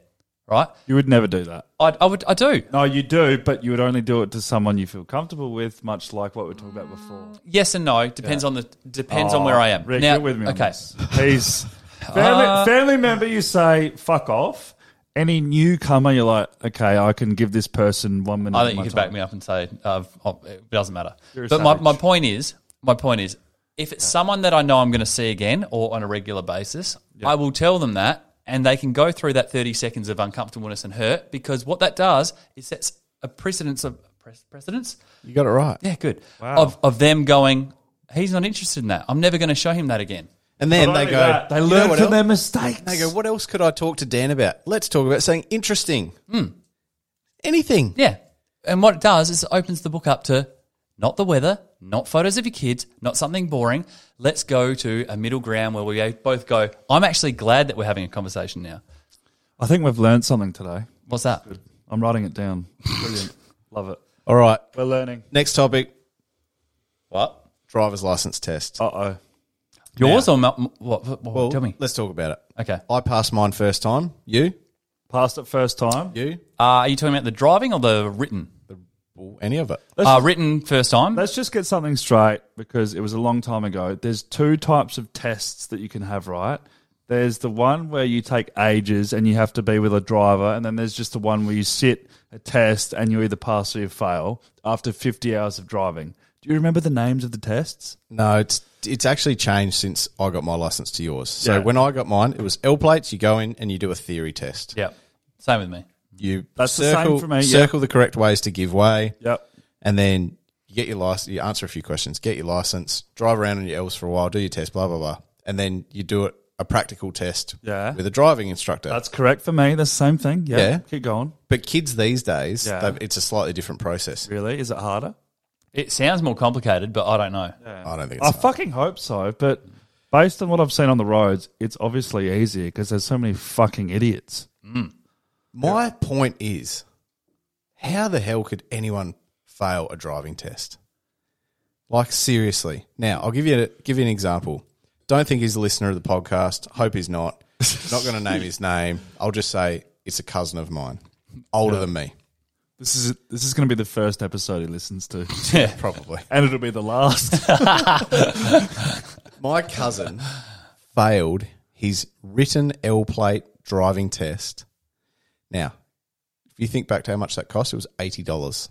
Speaker 3: right?
Speaker 4: You would never do that.
Speaker 3: I, I would, I do.
Speaker 4: No, you do, but you would only do it to someone you feel comfortable with, much like what we talked about before.
Speaker 3: Yes and no depends on the depends on
Speaker 2: Oh.
Speaker 3: where I am.
Speaker 4: Oh, Rick,
Speaker 3: now,
Speaker 4: you're with me. On
Speaker 3: okay, Uh,
Speaker 4: this. Please. Family, family member, you say fuck off. Any newcomer, you're like, okay, I can give this person one minute.
Speaker 3: I
Speaker 4: of
Speaker 3: think
Speaker 4: my
Speaker 3: you could
Speaker 4: time.
Speaker 3: back me up and say uh, oh, it doesn't matter.
Speaker 4: You're a
Speaker 3: But my,
Speaker 4: savage.
Speaker 3: my point is, my point is, if it's someone that I know I'm going to see again or on a regular basis, I will tell them that, and they can go through that 30 seconds of uncomfortableness and hurt because what that does is sets a precedence of pres- precedence.
Speaker 2: You got it right.
Speaker 3: Yeah, good. Of of them going, he's not interested in that. I'm never going to show him that again.
Speaker 2: And then they
Speaker 4: only
Speaker 2: go,
Speaker 4: that, they
Speaker 2: "You know
Speaker 4: learn
Speaker 2: what
Speaker 4: from
Speaker 2: else?"
Speaker 4: their mistakes.
Speaker 2: They go, what else could I talk to Dan about? Let's talk about something interesting.
Speaker 4: Hmm.
Speaker 2: Anything.
Speaker 3: Yeah. And what it does is it opens the book up to not the weather, not photos of your kids, not something boring. Let's go to a middle ground where we both go, I'm actually glad that we're having a conversation now.
Speaker 4: I think we've learned something today.
Speaker 3: What's that?
Speaker 4: I'm writing it down. Brilliant. Love it.
Speaker 2: All right.
Speaker 4: We're learning.
Speaker 2: Next topic
Speaker 3: What?
Speaker 2: driver's license test.
Speaker 4: Uh oh.
Speaker 3: Yours or my, what, what, what-
Speaker 2: well,
Speaker 3: Tell me.
Speaker 2: Let's talk about it.
Speaker 3: Okay. Uh,
Speaker 2: I passed mine first time. You?
Speaker 4: Passed it first time.
Speaker 2: You?
Speaker 3: Uh, are you talking about the driving or the written?
Speaker 2: Well, any of it.
Speaker 3: Uh, written first time.
Speaker 4: Let's just get something straight because it was a long time ago. There's two types of tests that you can have, right? There's the one where you take ages and you have to be with a driver, and then there's just the one where you sit a test and you either pass or you fail after 50 hours of driving. Do you remember the names of the tests?
Speaker 2: No, it's it's actually changed since I got my license to yours. So
Speaker 4: Yeah.
Speaker 2: when I got mine, it was L plates. You go in and you do a theory test.
Speaker 3: Yeah. Same with me.
Speaker 2: You
Speaker 4: That's the same
Speaker 2: circle,
Speaker 4: for me, yeah.
Speaker 2: circle the correct ways to give way.
Speaker 4: Yep.
Speaker 2: and then you get your license, you answer a few questions, get your license, drive around on your L's for a while, do your test, blah blah blah, and then you do it a practical test
Speaker 4: Yeah.
Speaker 2: with a driving instructor.
Speaker 4: That's correct for me. That's the same thing. Yeah.
Speaker 2: Yeah.
Speaker 4: Keep going.
Speaker 2: but kids these days,
Speaker 4: Yeah.
Speaker 2: they've it's a slightly different process.
Speaker 4: Really? Is it harder?
Speaker 3: It sounds more complicated, but I don't know.
Speaker 2: I don't think
Speaker 4: I
Speaker 2: it's
Speaker 4: fucking hope so, but based on what I've seen on the roads, it's obviously easier because there's so many fucking idiots.
Speaker 2: my point is, how the hell could anyone fail a driving test? Like seriously. Now I'll give you a, give you an example. Don't think he's a listener of the podcast. Hope he's not. not going to name his name. I'll just say it's a cousin of mine, older than me,
Speaker 4: This is this is going to be the first episode he listens to,
Speaker 2: probably.
Speaker 4: and it'll be the last.
Speaker 2: My cousin failed his written L plate driving test. Now, if you think back to how much that cost, it was eighty dollars.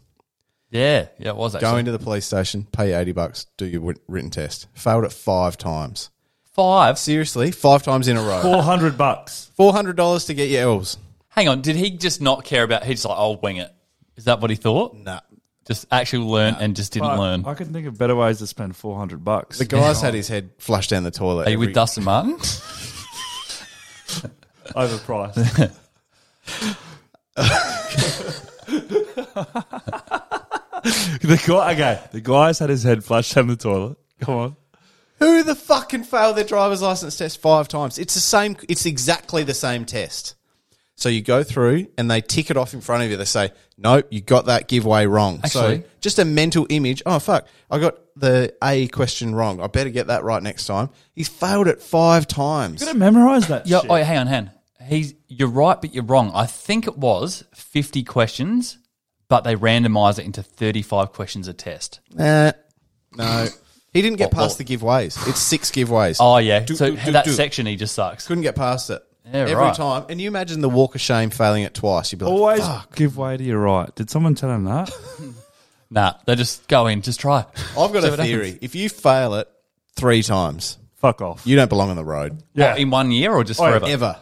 Speaker 3: Yeah, yeah, it was actually.
Speaker 2: Go into the police station, pay 80 bucks, do your writ- written test. Failed it five times.
Speaker 3: Five.
Speaker 2: Seriously, five times in a row.
Speaker 4: Four hundred bucks.
Speaker 2: $400 to get your L's.
Speaker 3: Hang on, did he just not care about? He's like, I'll wing it. Is that what he thought?
Speaker 2: Nah.
Speaker 3: Just actually learn and just didn't learn.
Speaker 4: I can think of better ways to spend four hundred bucks.
Speaker 2: The guy's had his head flushed down the toilet.
Speaker 3: Are you
Speaker 2: every-
Speaker 3: with Dustin Martin?
Speaker 4: Overpriced. the guy. Okay, the guy's had his head flushed down the toilet. Come on.
Speaker 2: Who the fuck can fail their driver's license test five times? It's the same. It's exactly the same test. So you go through and they tick it off in front of you. They say, "Nope, you got that giveaway wrong."
Speaker 3: Actually-
Speaker 2: so just a mental image. Oh fuck, I got the A question wrong. I better get that right next time. He's failed it five times.
Speaker 4: Gotta memorize that.
Speaker 3: yeah.
Speaker 4: shit.
Speaker 3: Oh, yeah, hang on, hang. on. He's. You're right, but you're wrong. I think it was 50 questions, but they randomised it into 35 questions a test.
Speaker 2: Nah, no, he didn't get
Speaker 3: Well,
Speaker 2: past the giveaways. It's six giveaways.
Speaker 3: Oh yeah. so
Speaker 2: do,
Speaker 3: that
Speaker 2: do.
Speaker 3: section he just sucks.
Speaker 2: Couldn't get past it
Speaker 3: Yeah,
Speaker 2: every
Speaker 3: right.
Speaker 2: time. And you imagine the walk of shame failing it twice. You'd be like,
Speaker 4: Always
Speaker 2: "Fuck."
Speaker 4: give way to your right. Did someone tell him that?
Speaker 3: Nah, they just go in, just try.
Speaker 2: I've got
Speaker 3: See
Speaker 2: a
Speaker 3: what
Speaker 2: theory.
Speaker 3: happens.
Speaker 2: If you fail it three times,
Speaker 4: Fuck off.
Speaker 2: you don't belong on the road
Speaker 4: yeah.
Speaker 3: What, in one year or just
Speaker 4: Oh, yeah,
Speaker 3: forever?
Speaker 2: ever.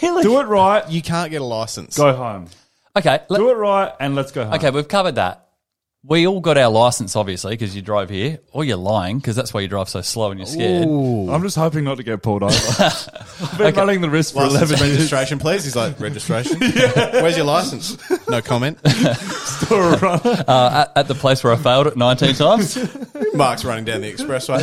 Speaker 3: Really?
Speaker 4: Do it right. You
Speaker 2: You can't get a license.
Speaker 4: go home.
Speaker 3: Okay. let-
Speaker 4: Do it right, and let's go home.
Speaker 3: Okay, we've covered that. We all got our license, obviously, because you drove here, or you're lying, because that's why you drive so slow and you're scared.
Speaker 4: I'm just hoping not to get pulled over. I've been running the risk for
Speaker 2: License
Speaker 4: 11 minutes
Speaker 2: registration, please. He's like, registration. Where's your license? No comment.
Speaker 4: to a run.
Speaker 3: Uh, at, at the place where I failed it 19 times.
Speaker 2: Mark's running down the expressway.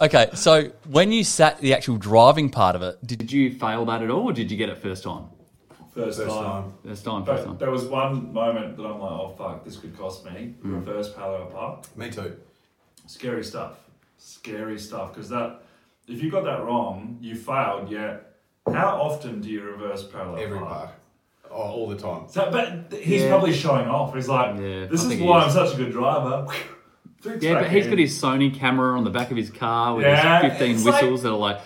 Speaker 3: okay, so when you sat the actual driving part of it, did
Speaker 5: Did you fail that at all, or did you get it first time?
Speaker 4: First time.
Speaker 5: First time, first
Speaker 4: But
Speaker 5: time.
Speaker 4: there was one moment that I'm like, oh fuck, this could cost me.
Speaker 5: Mm.
Speaker 4: Reverse parallel park.
Speaker 2: Me too.
Speaker 4: Scary stuff. Scary stuff. Because that, if you got that wrong, you failed. Yet, how often do you reverse parallel park?
Speaker 2: Oh, all the time.
Speaker 4: So, but he's probably showing off. He's like,
Speaker 5: Yeah,
Speaker 4: this
Speaker 5: I
Speaker 4: is
Speaker 5: think he
Speaker 4: why I'm
Speaker 5: is.
Speaker 4: such a good driver. Fix
Speaker 5: Yeah,
Speaker 4: back
Speaker 5: but he's
Speaker 4: in.
Speaker 5: got his Sony camera on the back of his car with
Speaker 4: Yeah,
Speaker 5: his 15
Speaker 4: it's like-
Speaker 5: whistles that are like,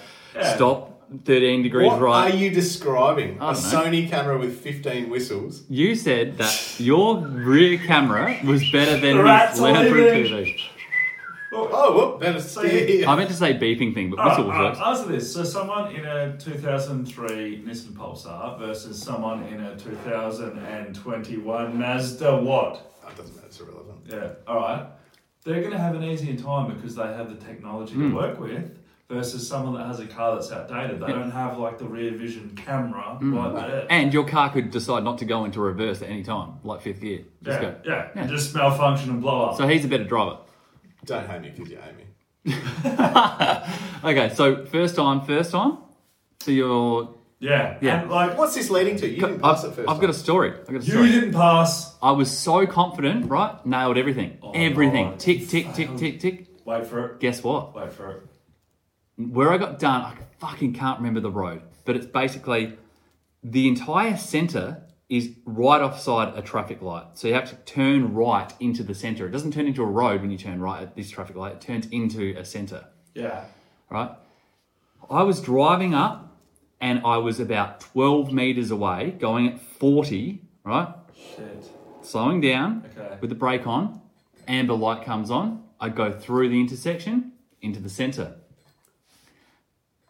Speaker 5: stop, 13 degrees right.
Speaker 2: you describing?
Speaker 5: I don't know.
Speaker 2: camera with 15 whistles.
Speaker 5: you-, said that your rear camera was better than
Speaker 4: Rats
Speaker 5: his
Speaker 4: leaving.
Speaker 5: leatherproof TV.
Speaker 2: Oh, whoop, better
Speaker 4: you-
Speaker 5: I meant to say beeping thing, but whistle
Speaker 4: Alright,
Speaker 5: works.
Speaker 4: alright, um, answer this. So, someone in a 2003 Nissan Pulsar versus someone in a 2021 Mazda what?
Speaker 2: That doesn't matter. It's irrelevant.
Speaker 4: Yeah, all right. They're going to have an easier time because they have the technology
Speaker 5: Hmm.
Speaker 4: to work with versus someone that has a car that's outdated. They don't have like the rear vision camera like that.
Speaker 5: Hmm. And your car could decide not to go into reverse at any time, like fifth gear. Just
Speaker 4: yeah,
Speaker 5: go.
Speaker 4: yeah, just malfunction and blow up.
Speaker 5: So he's a better driver.
Speaker 2: Don't hate me because you hate me.
Speaker 5: Okay, so first time, first time. So you're.
Speaker 4: yeah,
Speaker 5: Yeah.
Speaker 4: And, like,
Speaker 2: What's this leading to? You didn't
Speaker 5: I've, I've got a story. I've got a
Speaker 4: you
Speaker 5: story.
Speaker 4: didn't pass.
Speaker 5: I was so confident, right? Nailed everything. everything.
Speaker 4: Lord.
Speaker 5: Tick, tick, tick, tick, tick.
Speaker 4: Wait for it.
Speaker 5: Guess what?
Speaker 4: Wait for it.
Speaker 5: Where I got done, I fucking can't remember the road, but it's basically the entire center
Speaker 3: is right offside a traffic light. So you have to turn right into the center. It doesn't turn into a road when you turn right at this traffic light, it turns into a center.
Speaker 6: Yeah.
Speaker 3: right? I was driving up and I was about 12 meters away, going at 40, right?
Speaker 6: Shit.
Speaker 3: Slowing down
Speaker 6: Okay.
Speaker 3: with the brake on, amber light comes on. I go through the intersection into the center.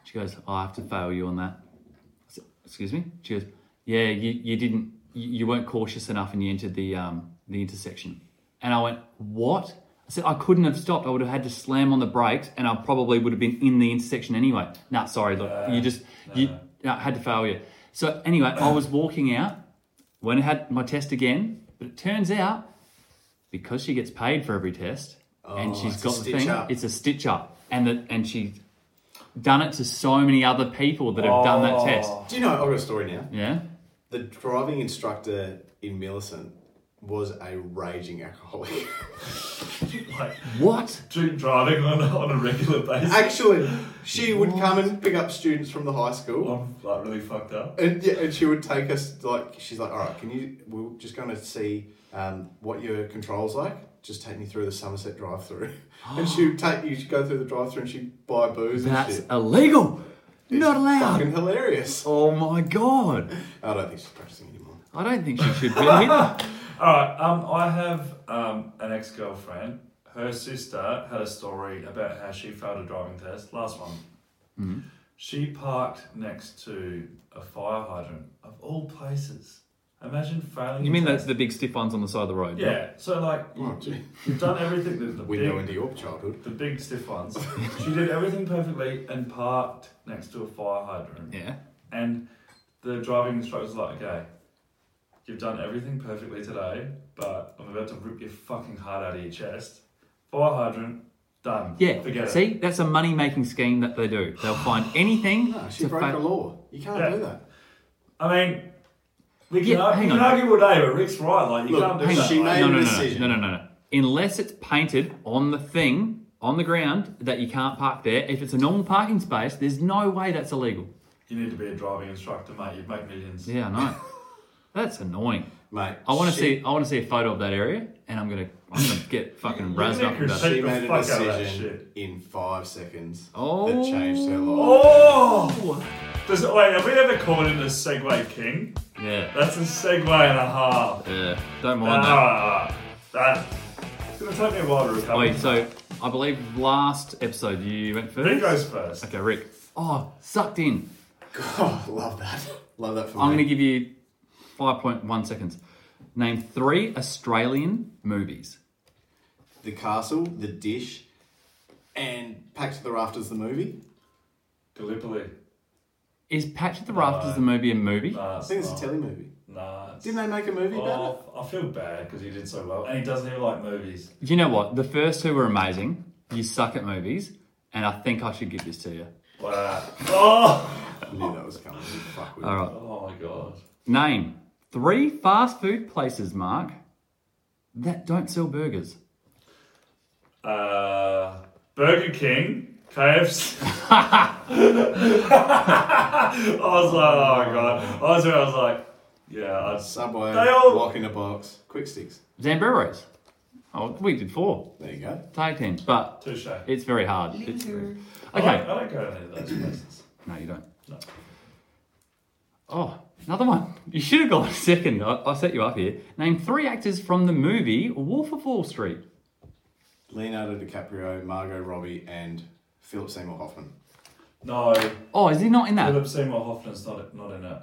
Speaker 3: She goes, "Oh, I have to fail you on that. I said, Excuse me? She goes, Yeah, you, you didn't, you, you weren't cautious enough and you entered the, um, the intersection. And I went, What? I said, I couldn't have stopped. I would have had to slam on the brakes and I probably would have been in the intersection anyway. No, sorry, look, you just, you no, I had to fail you. So anyway, I was walking out, went and had my test again, but it turns out because she gets paid for every test and she's
Speaker 2: Oh, it's
Speaker 3: got
Speaker 2: a
Speaker 3: the
Speaker 2: stitch
Speaker 3: thing,
Speaker 2: up.
Speaker 3: it's a stitch up. And, the, and she's done it to so many other people that have done
Speaker 2: Oh.
Speaker 3: that test.
Speaker 2: Do you know? I've got a story now.
Speaker 3: Yeah.
Speaker 2: The driving instructor in Millicent was a raging alcoholic.
Speaker 4: like
Speaker 3: What?
Speaker 4: drink driving on, on a regular basis.
Speaker 2: Actually, she would come and pick up students from the high school.
Speaker 3: Oh.
Speaker 4: I'm like really fucked up.
Speaker 2: And yeah, and she would take us like she's like, all right, can you? We're just going to see um, what your controls like. Just take me through the Somerset drive-through, and she would take you. She'd go through the drive-through and she'd buy booze
Speaker 3: That's
Speaker 2: and shit.
Speaker 3: illegal. Not allowed.
Speaker 2: Fucking hilarious.
Speaker 3: Oh my god.
Speaker 2: I don't think she's practicing anymore.
Speaker 3: I don't think she should be. Either.
Speaker 4: All right, um, I have um, an ex girlfriend. Her sister had a story about how she failed a driving test. Last one.
Speaker 2: Mm-hmm.
Speaker 4: She parked next to a fire hydrant of all places. Imagine failing.
Speaker 3: You
Speaker 4: a
Speaker 3: mean
Speaker 4: test.
Speaker 3: that's the big stiff ones on the side of the road? right?
Speaker 4: Yeah. So like,
Speaker 2: Oh,
Speaker 4: you,
Speaker 2: gee.
Speaker 4: you've done everything. The, the
Speaker 2: Window
Speaker 4: big-
Speaker 2: into your childhood.
Speaker 4: the big stiff ones. she did everything perfectly and parked next to a fire hydrant.
Speaker 3: Yeah.
Speaker 4: And the driving instructor's like, okay, you've done everything perfectly today, but I'm about to rip your fucking heart out of your chest. Fire hydrant, done.
Speaker 3: Yeah.
Speaker 4: Forget
Speaker 3: See,
Speaker 4: it.
Speaker 3: that's a money making scheme that they do. They'll find anything.
Speaker 2: No, Ah, she
Speaker 3: to
Speaker 2: broke
Speaker 3: fa-
Speaker 2: the law. You can't
Speaker 4: Yeah.
Speaker 2: do that.
Speaker 4: I mean, we can,
Speaker 3: Yeah,
Speaker 4: argue,
Speaker 3: hang
Speaker 4: we can
Speaker 3: on.
Speaker 4: argue all day, but Rick's right. Like, you
Speaker 2: Look,
Speaker 4: can't do
Speaker 2: hang
Speaker 4: that.
Speaker 2: on. She
Speaker 4: like-
Speaker 2: made-
Speaker 3: No, no, no,
Speaker 2: decision.
Speaker 3: no, no, no, no. Unless it's painted on the thing on the ground that you can't park there. If it's a normal parking space, there's no way that's illegal.
Speaker 4: you need to be a driving instructor, mate. You'd make millions.
Speaker 3: Yeah, I know. that's annoying.
Speaker 2: Mate,
Speaker 3: I want to
Speaker 2: she-
Speaker 3: see. I want to see a photo of that area, and I'm gonna. I'm gonna get fucking razzed up about it.
Speaker 4: Take
Speaker 2: She
Speaker 4: the
Speaker 2: made a
Speaker 4: fuck out of that
Speaker 2: decision in five seconds
Speaker 3: Oh.
Speaker 2: that changed her life.
Speaker 4: Oh! Does, wait, have we ever called it a Segway King?
Speaker 3: Yeah.
Speaker 4: That's a segue and a half.
Speaker 3: Yeah. Don't mind that.
Speaker 4: Ah, that. It's gonna take me a while to recover.
Speaker 3: Wait. So I believe last episode you went first.
Speaker 4: Who goes first?
Speaker 3: Okay, Rick. Oh, sucked in.
Speaker 2: Oh, love that. Love that for
Speaker 3: I'm
Speaker 2: me.
Speaker 3: gonna give you 5.1 seconds. Name three Australian movies.
Speaker 2: the castle, the dish, and Packed to the Rafters, the movie.
Speaker 4: Gallipoli.
Speaker 3: Is Patch at the Rafters the movie a movie?
Speaker 4: Nah,
Speaker 2: I think it's a telemovie.
Speaker 4: nah. it's-
Speaker 2: Didn't they make a movie about it?
Speaker 4: Oh, I feel bad because he did so well, and he doesn't even like movies.
Speaker 3: You know what? The first two were amazing. You suck at movies, and I think I should give this to you.
Speaker 4: Wow. Oh.
Speaker 2: I knew that was coming. You Fuck with
Speaker 3: All right.
Speaker 4: Oh my god.
Speaker 3: Name three fast food places, Mark, that don't sell burgers.
Speaker 4: Uh, Burger King, KFC. I was like, oh god. I was, I was like, yeah. I just,
Speaker 2: Subway,
Speaker 4: They all-
Speaker 2: Lock in a Box, Quick Sticks.
Speaker 3: Zamburos. Oh, we did four
Speaker 2: There you go.
Speaker 3: tag team, but
Speaker 4: touche. I
Speaker 3: it's very hard. It's very...
Speaker 4: don't, I
Speaker 3: Okay.
Speaker 4: don't go to any of those places.
Speaker 3: No, you don't.
Speaker 4: No.
Speaker 3: Oh, another one. You should have gone second. I, I set you up here. Name three actors from the movie Wolf of Wall Street.
Speaker 2: Leonardo DiCaprio, Margot Robbie, and Philip Seymour Hoffman.
Speaker 4: No,
Speaker 3: Oh, is he not in that?
Speaker 4: Philip Seymour Hoffman's not not in it.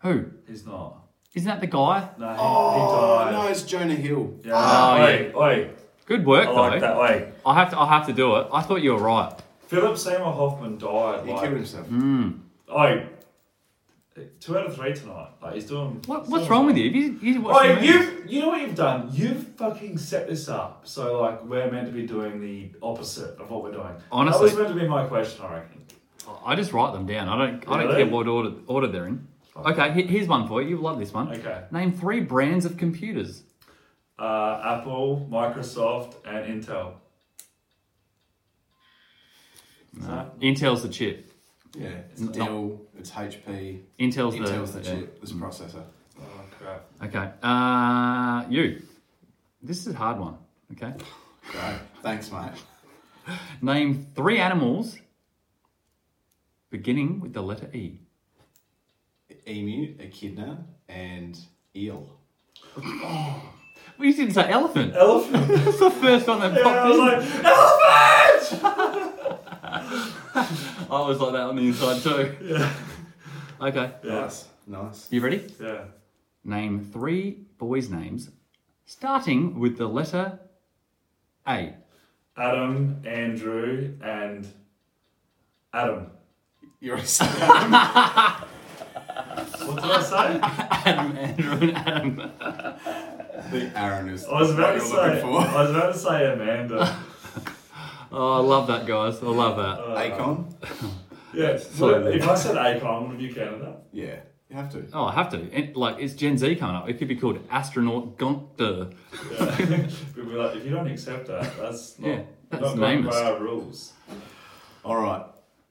Speaker 3: Who?
Speaker 4: He's not.
Speaker 3: Isn't that the guy?
Speaker 4: No, he,
Speaker 2: Oh,
Speaker 4: he died.
Speaker 2: no, it's Jonah Hill.
Speaker 4: Yeah. Oh, oi, oi.
Speaker 3: Good work,
Speaker 4: I
Speaker 3: though.
Speaker 4: like that. Oi.
Speaker 3: I have to. I have to do it. I thought you were right.
Speaker 4: Philip Seymour Hoffman died.
Speaker 2: He
Speaker 4: like,
Speaker 2: killed himself.
Speaker 4: Oi. Two out of three tonight. Like he's doing.
Speaker 3: What,
Speaker 4: he's
Speaker 3: what's
Speaker 4: doing
Speaker 3: wrong with
Speaker 4: well.
Speaker 3: you? Have you, you watched
Speaker 4: Oi,
Speaker 3: the movies?
Speaker 4: you you know what you've done? You've fucking set this up. So like we're meant to be doing the opposite of what we're doing.
Speaker 3: Honestly.
Speaker 4: that was meant to be my question. I reckon.
Speaker 3: I just write them down. I don't. I don't
Speaker 4: Really?
Speaker 3: care what order order they're in. Okay, he- here's one for you. You'll love this one.
Speaker 4: Okay.
Speaker 3: Name three brands of computers.
Speaker 4: Uh, Apple, Microsoft, and Intel.
Speaker 3: Intel's the chip.
Speaker 2: Yeah. It's Dell, it's HP,
Speaker 3: Intel's the.
Speaker 2: Intel's the
Speaker 3: yeah.
Speaker 2: chip, it's a processor.
Speaker 4: Oh, Great.
Speaker 3: Okay. Uh, you. This is a hard one. Okay.
Speaker 2: Thanks, mate.
Speaker 3: Name three animals beginning with the letter E.
Speaker 2: Emu, echidna, and eel.
Speaker 3: Well, you didn't say elephant.
Speaker 4: Elephant.
Speaker 3: That's the first one that
Speaker 4: I was
Speaker 3: popped in.
Speaker 4: like, elephant!
Speaker 3: I was like that on the inside too. Okay.
Speaker 2: Nice, nice.
Speaker 3: You ready?
Speaker 4: Yeah.
Speaker 3: Name three boys' names starting with the letter A.
Speaker 4: Adam, Andrew, and Adam.
Speaker 2: You're a
Speaker 4: What did I say?
Speaker 3: Adam, Andrew, and Adam.
Speaker 2: the Aaron is
Speaker 4: I was about
Speaker 2: what
Speaker 4: to
Speaker 2: you're
Speaker 4: say.
Speaker 2: looking for.
Speaker 4: I was about to say Amanda.
Speaker 3: Oh, I love that, guys. I love
Speaker 4: Uh,
Speaker 3: that.
Speaker 2: Acon?
Speaker 4: Yeah.
Speaker 3: Sorry.
Speaker 4: If I said Akon, would you count that?
Speaker 2: Yeah, you have to.
Speaker 3: Oh, I have to. And, like, it's Gen Z coming up. It could be called Astronaut Gonter.
Speaker 4: Yeah. We'd be like, if you don't accept that, that's not,
Speaker 3: Yeah, that's
Speaker 4: not going
Speaker 3: nameless.
Speaker 4: by our rules.
Speaker 2: All right,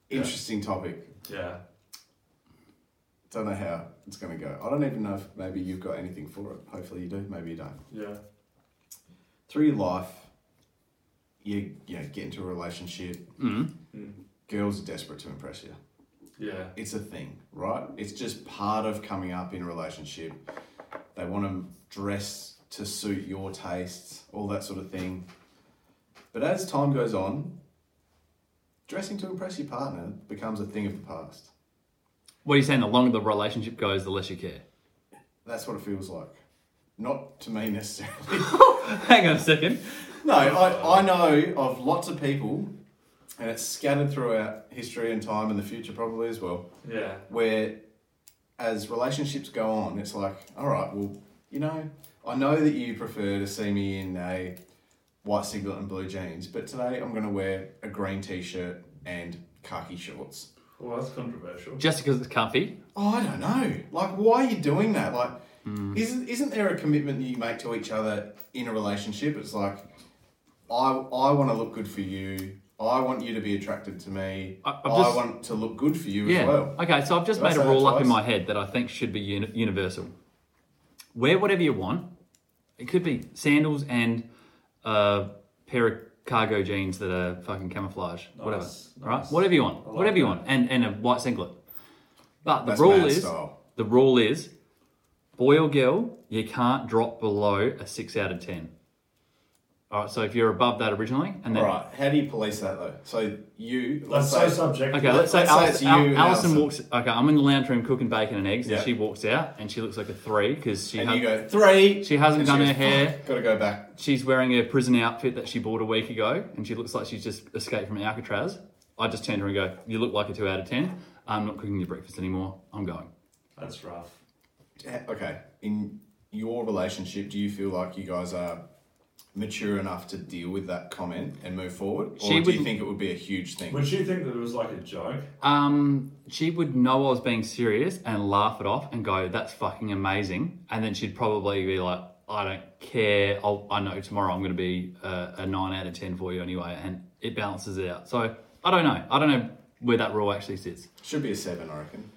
Speaker 2: interesting topic.
Speaker 4: Yeah.
Speaker 2: Don't know how it's going to go. I don't even know if maybe you've got anything for it. Hopefully you do. Maybe you don't.
Speaker 4: Yeah.
Speaker 2: Through your life, you you know, get into a relationship.
Speaker 4: Mm-hmm.
Speaker 2: Girls are desperate to impress you.
Speaker 4: Yeah.
Speaker 2: It's a thing, right? It's just part of coming up in a relationship. They want to dress to suit your tastes, all that sort of thing. But as time goes on, dressing to impress your partner becomes a thing of the past.
Speaker 3: What are you saying? The longer the relationship goes, the less you care.
Speaker 2: That's what it feels like. Not to me necessarily.
Speaker 3: Hang on a second.
Speaker 2: no, I, I know of lots of people, and it's scattered throughout history and time and the future probably as well,
Speaker 4: Yeah.
Speaker 2: where as relationships go on, it's like, all right, well, you know, I know that you prefer to see me in a white singlet and blue jeans, but today I'm going to wear a green t shirt and khaki shorts.
Speaker 4: Well, that's controversial.
Speaker 3: Just because it's comfy.
Speaker 2: Oh, I don't know. Like, why are you doing that? Like,
Speaker 3: Hmm.
Speaker 2: isn't isn't there a commitment that you make to each other in a relationship? It's like, I I want to look good for you. I want you to be attracted to me.
Speaker 3: I-
Speaker 2: I,
Speaker 3: I've just-
Speaker 2: want to look good for you
Speaker 3: Yeah.
Speaker 2: as well.
Speaker 3: Okay, so I've just
Speaker 2: Did I
Speaker 3: made a
Speaker 2: say that
Speaker 3: rule up in my
Speaker 2: twice?
Speaker 3: head that I think should be uni- universal. Wear whatever you want. It could be sandals and a pair of cargo jeans that are fucking camouflage. whatever.
Speaker 4: Nice,
Speaker 3: All right?
Speaker 4: nice.
Speaker 3: Whatever you want.
Speaker 4: like
Speaker 3: whatever you
Speaker 4: that.
Speaker 3: want. And and a white singlet. But the
Speaker 2: That's
Speaker 3: rule
Speaker 2: man
Speaker 3: is
Speaker 2: style.
Speaker 3: the rule is boy or girl, you can't drop below a six out of ten. All right, so if you're above that originally, and then
Speaker 2: All right. How do you police that though? So you
Speaker 4: That's
Speaker 2: let's
Speaker 4: so
Speaker 2: say
Speaker 4: subjective.
Speaker 3: Okay, let's say,
Speaker 2: Let's say
Speaker 3: Alice,
Speaker 2: it's you
Speaker 3: Al-
Speaker 2: and
Speaker 3: Alison
Speaker 2: Alison.
Speaker 3: walks. Okay, I'm in the lounge room cooking bacon and eggs,
Speaker 2: Yeah.
Speaker 3: and she walks out, and she looks like a three because she
Speaker 2: and
Speaker 3: ha-
Speaker 2: you go three.
Speaker 3: she hasn't
Speaker 2: and
Speaker 3: done
Speaker 2: she
Speaker 3: her hair.
Speaker 2: Got to go back.
Speaker 3: she's wearing her prison outfit that she bought a week ago, and she looks like she's just escaped from Alcatraz. I just turned to her and go, "You look like a two out of ten. I'm not cooking your breakfast anymore. I'm going."
Speaker 4: That's rough.
Speaker 2: Eh, Okay. In your relationship, do you feel like you guys are mature enough to deal with that comment and move forward, or
Speaker 3: She
Speaker 2: do you
Speaker 3: wouldn't-
Speaker 2: think it would be a huge thing?
Speaker 4: Would you think that it was like a joke?
Speaker 3: Um, she would know I was being serious and laugh it off and go, "That's fucking amazing," and then she'd probably be like. I don't care. I'll, I know tomorrow I'm going to be a, a nine out of ten for you anyway, and it balances it out. So I don't know. I don't know where that rule actually sits.
Speaker 2: Should be a seven, I reckon.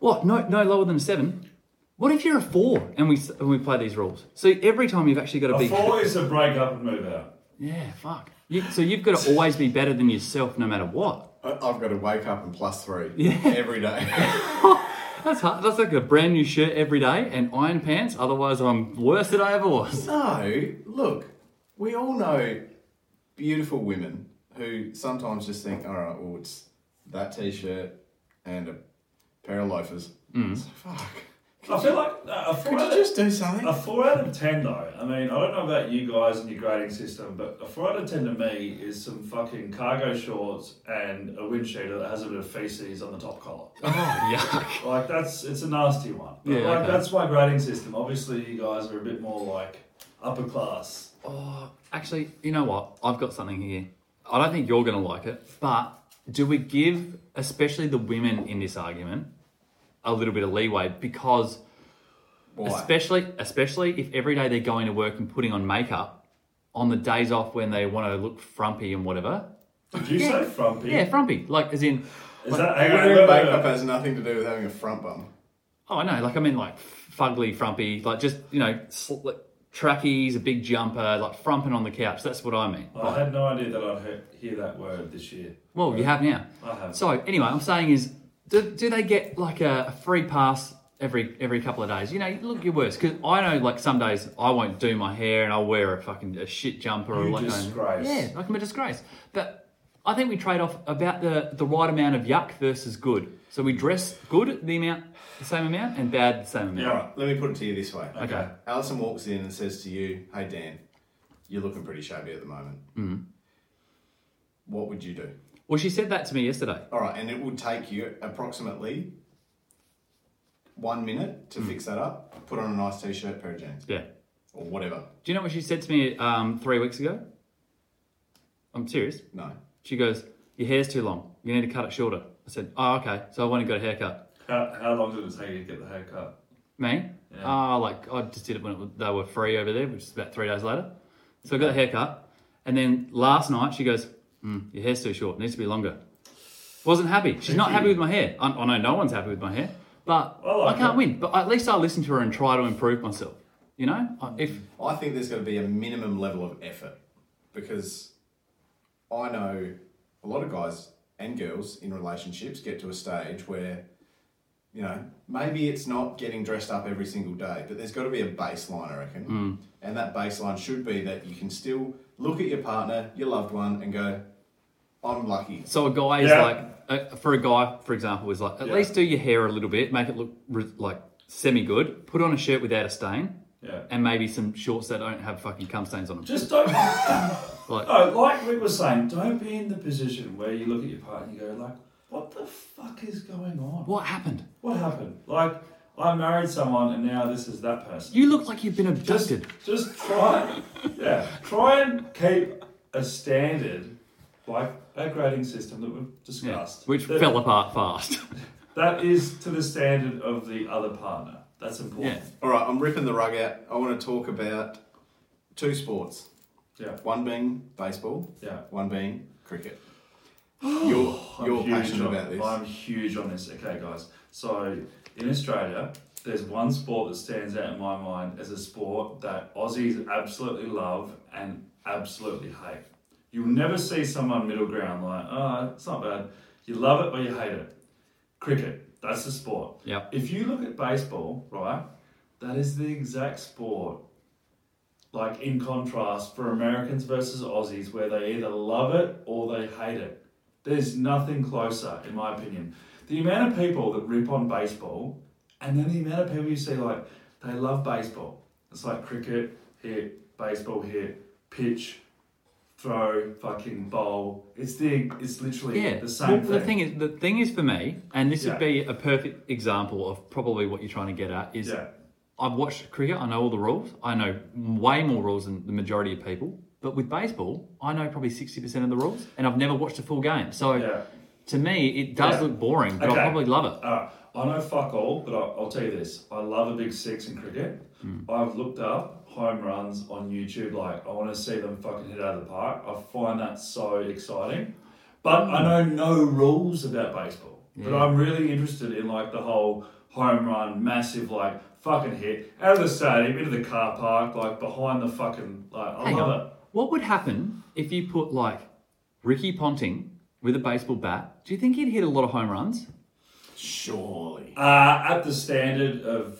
Speaker 3: What? No, no lower than a seven. What if you're a four and we s- and we play these rules? So every time you've actually got to
Speaker 4: A
Speaker 3: be
Speaker 4: four is to break up and move out.
Speaker 3: yeah, fuck. You, so you've got to always be better than yourself, no matter what.
Speaker 2: I- I've got to wake up and plus three every day.
Speaker 3: That's hard. That's like a brand new shirt every day and iron pants. Otherwise, I'm worse than I ever was.
Speaker 2: no, look, we all know beautiful women who sometimes just think, all right, well, it's that t-shirt and a pair of loafers. It's like, fuck.
Speaker 4: I feel like uh, a four.
Speaker 2: Could
Speaker 4: Out
Speaker 2: you
Speaker 4: of,
Speaker 2: just do something?
Speaker 4: a four out of ten, though. I mean, I don't know about you guys and your grading system, but a four out of ten to me is some fucking cargo shorts and a wind shader that has a bit of feces on the top collar. Oh,
Speaker 3: Yuck.
Speaker 4: Like that's it's a nasty one. But
Speaker 3: Yeah,
Speaker 4: like
Speaker 3: okay.
Speaker 4: that's my grading system. Obviously, you guys are a bit more like upper class.
Speaker 3: Actually, you know what? I've got something here. I don't think you're going to like it, but do we give, especially the women in this argument, a little bit of leeway because, especially, especially if every day they're going to work and putting on makeup, on the days off when they want to look frumpy and whatever.
Speaker 4: Did you say frumpy?
Speaker 3: Yeah, frumpy. Like, as in,
Speaker 4: Is that hang on,
Speaker 2: Wearing
Speaker 4: no, no, no,
Speaker 2: makeup
Speaker 4: no.
Speaker 2: has nothing to do with having a front bum.
Speaker 3: oh, I know. Like, I mean, like, fugly, frumpy, like just you know, sl- like, trackies, a big jumper, like frumping on the couch. That's what I mean.
Speaker 4: I had no idea that I'd hear, hear that word this year.
Speaker 3: Well, you have now.
Speaker 4: I have.
Speaker 3: So anyway, I'm saying is, do, do they get like a, a free pass every every couple of days? You know, look your worst because I know like some days I won't do my hair and I'll wear a fucking a shit jumper or
Speaker 4: You
Speaker 3: like
Speaker 4: disgrace.
Speaker 3: yeah, like I'm a disgrace. But I think we trade off about the the right amount of yuck versus good. So we dress good the amount the same amount and bad the same amount.
Speaker 4: Yeah.
Speaker 2: Let me put it to you this way.
Speaker 3: Okay.
Speaker 2: Alison walks in and says to you, "Hey Dan, you're looking pretty shabby at the moment. What would you do?"
Speaker 3: Well, she said that to me yesterday.
Speaker 2: All right, and it would take you approximately one minute to fix that up. Put on a nice t-shirt, pair of jeans,
Speaker 3: Yeah.
Speaker 2: or whatever.
Speaker 3: Do you know what she said to me um, three weeks ago? I'm serious.
Speaker 2: No.
Speaker 3: She goes, Your hair's too long. You need to cut it shorter. I said, Oh, okay. So I went and got a haircut.
Speaker 4: How, how long did it take you to get the haircut?
Speaker 3: Me? Ah, like I just did it when it, was- they were free over there, which is about three days later. So I got a haircut. And then last night she goes, mm, Your hair's too short. It needs to be longer. Wasn't happy. She's not happy with my hair. I, I know no one's happy with my hair, but I,
Speaker 4: like
Speaker 3: can't
Speaker 4: it.
Speaker 3: win. But at least I listen to her and try to improve myself. You know? I- If
Speaker 2: I think there's got to be a minimum level of effort because I know a lot of guys and girls in relationships get to a stage where, you know, maybe it's not getting dressed up every single day, but there's got to be a baseline, I reckon. And that baseline should be that you can still look at your partner, your loved one, and go, I'm lucky.
Speaker 3: So a guy is
Speaker 4: Yeah.
Speaker 3: like, uh, for a guy, for example, is like, at least do your hair a little bit, make it look re- like semi good, put on a shirt without a stain,
Speaker 4: Yeah.
Speaker 3: and maybe some shorts that don't have fucking cum stains on them.
Speaker 4: Just don't.
Speaker 3: Like-
Speaker 4: no, like we were saying, don't be in the position where you look at your partner and you go like, "What the fuck is going on?
Speaker 3: what happened?
Speaker 4: What happened?" Like, I married someone and now this is that person.
Speaker 3: You look like you've been
Speaker 4: just,
Speaker 3: abducted.
Speaker 4: just try, yeah, try and keep a standard like a grading system that we've
Speaker 3: Yeah,
Speaker 4: discussed,
Speaker 3: which
Speaker 4: that,
Speaker 3: fell apart fast.
Speaker 4: that is to the standard of the other partner. That's important.
Speaker 2: All right, I'm ripping the rug out. I want to talk about two sports.
Speaker 4: Yeah,
Speaker 2: One being baseball.
Speaker 4: Yeah.
Speaker 2: One being cricket. You're, you're passionate
Speaker 4: on,
Speaker 2: about this.
Speaker 4: I'm huge on this. Okay, guys. So in Australia, there's one sport that stands out in my mind as a sport that Aussies absolutely love and absolutely hate. You'll never see someone middle ground like, oh, it's not bad. You love it or you hate it. Cricket, that's the sport.
Speaker 3: Yep.
Speaker 4: If you look at baseball, right, that is the exact sport like in contrast for Americans versus Aussies, where they either love it or they hate it. There's nothing closer, in my opinion. The amount of people that rip on baseball, and then the amount of people you see like they love baseball. It's like cricket, hit, baseball, hit, pitch, throw, fucking bowl. It's the it's literally
Speaker 3: yeah.
Speaker 4: the same
Speaker 3: Well, The
Speaker 4: thing.
Speaker 3: thing is, the thing is for me, and this would
Speaker 4: Yeah.
Speaker 3: be a perfect example of probably what you're trying to get at is.
Speaker 4: yeah,
Speaker 3: I've watched cricket. I know all the rules. I know way more rules than the majority of people. But with baseball, I know probably sixty percent of the rules, and I've never watched a full game. So
Speaker 4: yeah.
Speaker 3: to me, it does
Speaker 4: Yeah.
Speaker 3: look boring, but
Speaker 4: Okay.
Speaker 3: I probably love it.
Speaker 4: Uh, I know fuck all, but I'll, I'll tell you this: I love a big six in cricket.
Speaker 3: Hmm.
Speaker 4: I've looked up home runs on YouTube. Like I want to see them fucking hit out of the park. I find that so exciting. But I know no rules about baseball. But I'm really interested in like the whole home run, massive like fucking hit out of the stadium into the car park, like behind the fucking like. I
Speaker 3: Hang
Speaker 4: love
Speaker 3: on.
Speaker 4: it.
Speaker 3: What would happen if you put like Ricky Ponting with a baseball bat? Do you think he'd hit a lot of home runs?
Speaker 2: Surely.
Speaker 4: Uh, at the standard of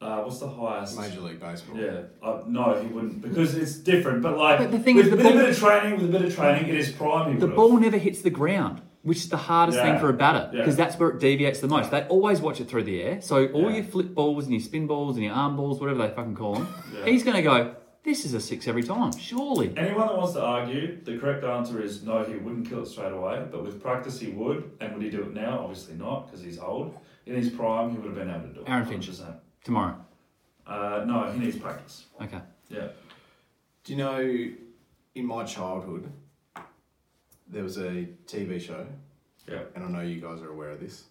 Speaker 4: uh, what's the highest?
Speaker 2: Major League Baseball.
Speaker 4: Yeah, uh, no, he wouldn't because it's different. But like,
Speaker 3: But the thing
Speaker 4: with,
Speaker 3: is, the
Speaker 4: with a
Speaker 3: ball-
Speaker 4: bit of training, with a bit of training, it is prime. He
Speaker 3: The
Speaker 4: would've.
Speaker 3: ball never hits the ground, which is the hardest
Speaker 4: Yeah.
Speaker 3: thing for a batter
Speaker 4: Yeah.
Speaker 3: because that's where it deviates the most. They always watch it through the air. So all your flip balls and your spin balls and your arm balls, whatever they fucking call them, he's going to go, this is a six every time, surely.
Speaker 4: Anyone that wants to argue, the correct answer is no. He wouldn't kill it straight away, but with practice, he would. And would he do it now? Obviously not, because he's old. In his prime, he would have been able to do it.
Speaker 3: Aaron Finch.
Speaker 4: 100%.
Speaker 3: Tomorrow.
Speaker 4: Uh, no, he needs practice.
Speaker 3: Okay.
Speaker 4: Yeah.
Speaker 2: Do you know, in my childhood, there was a TV show,
Speaker 4: Yeah.
Speaker 2: and I know you guys are aware of this,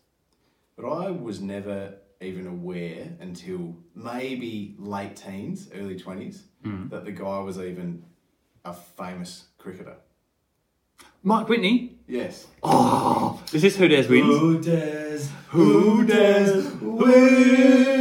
Speaker 2: but I was never even aware until maybe late teens, early 20s,
Speaker 4: Hmm.
Speaker 2: that the guy was even a famous cricketer.
Speaker 3: Mike Whitney.
Speaker 2: Yes.
Speaker 3: Is this Who
Speaker 4: Oh.
Speaker 3: Dares Wins?
Speaker 4: Who dares? Who dares? Wins.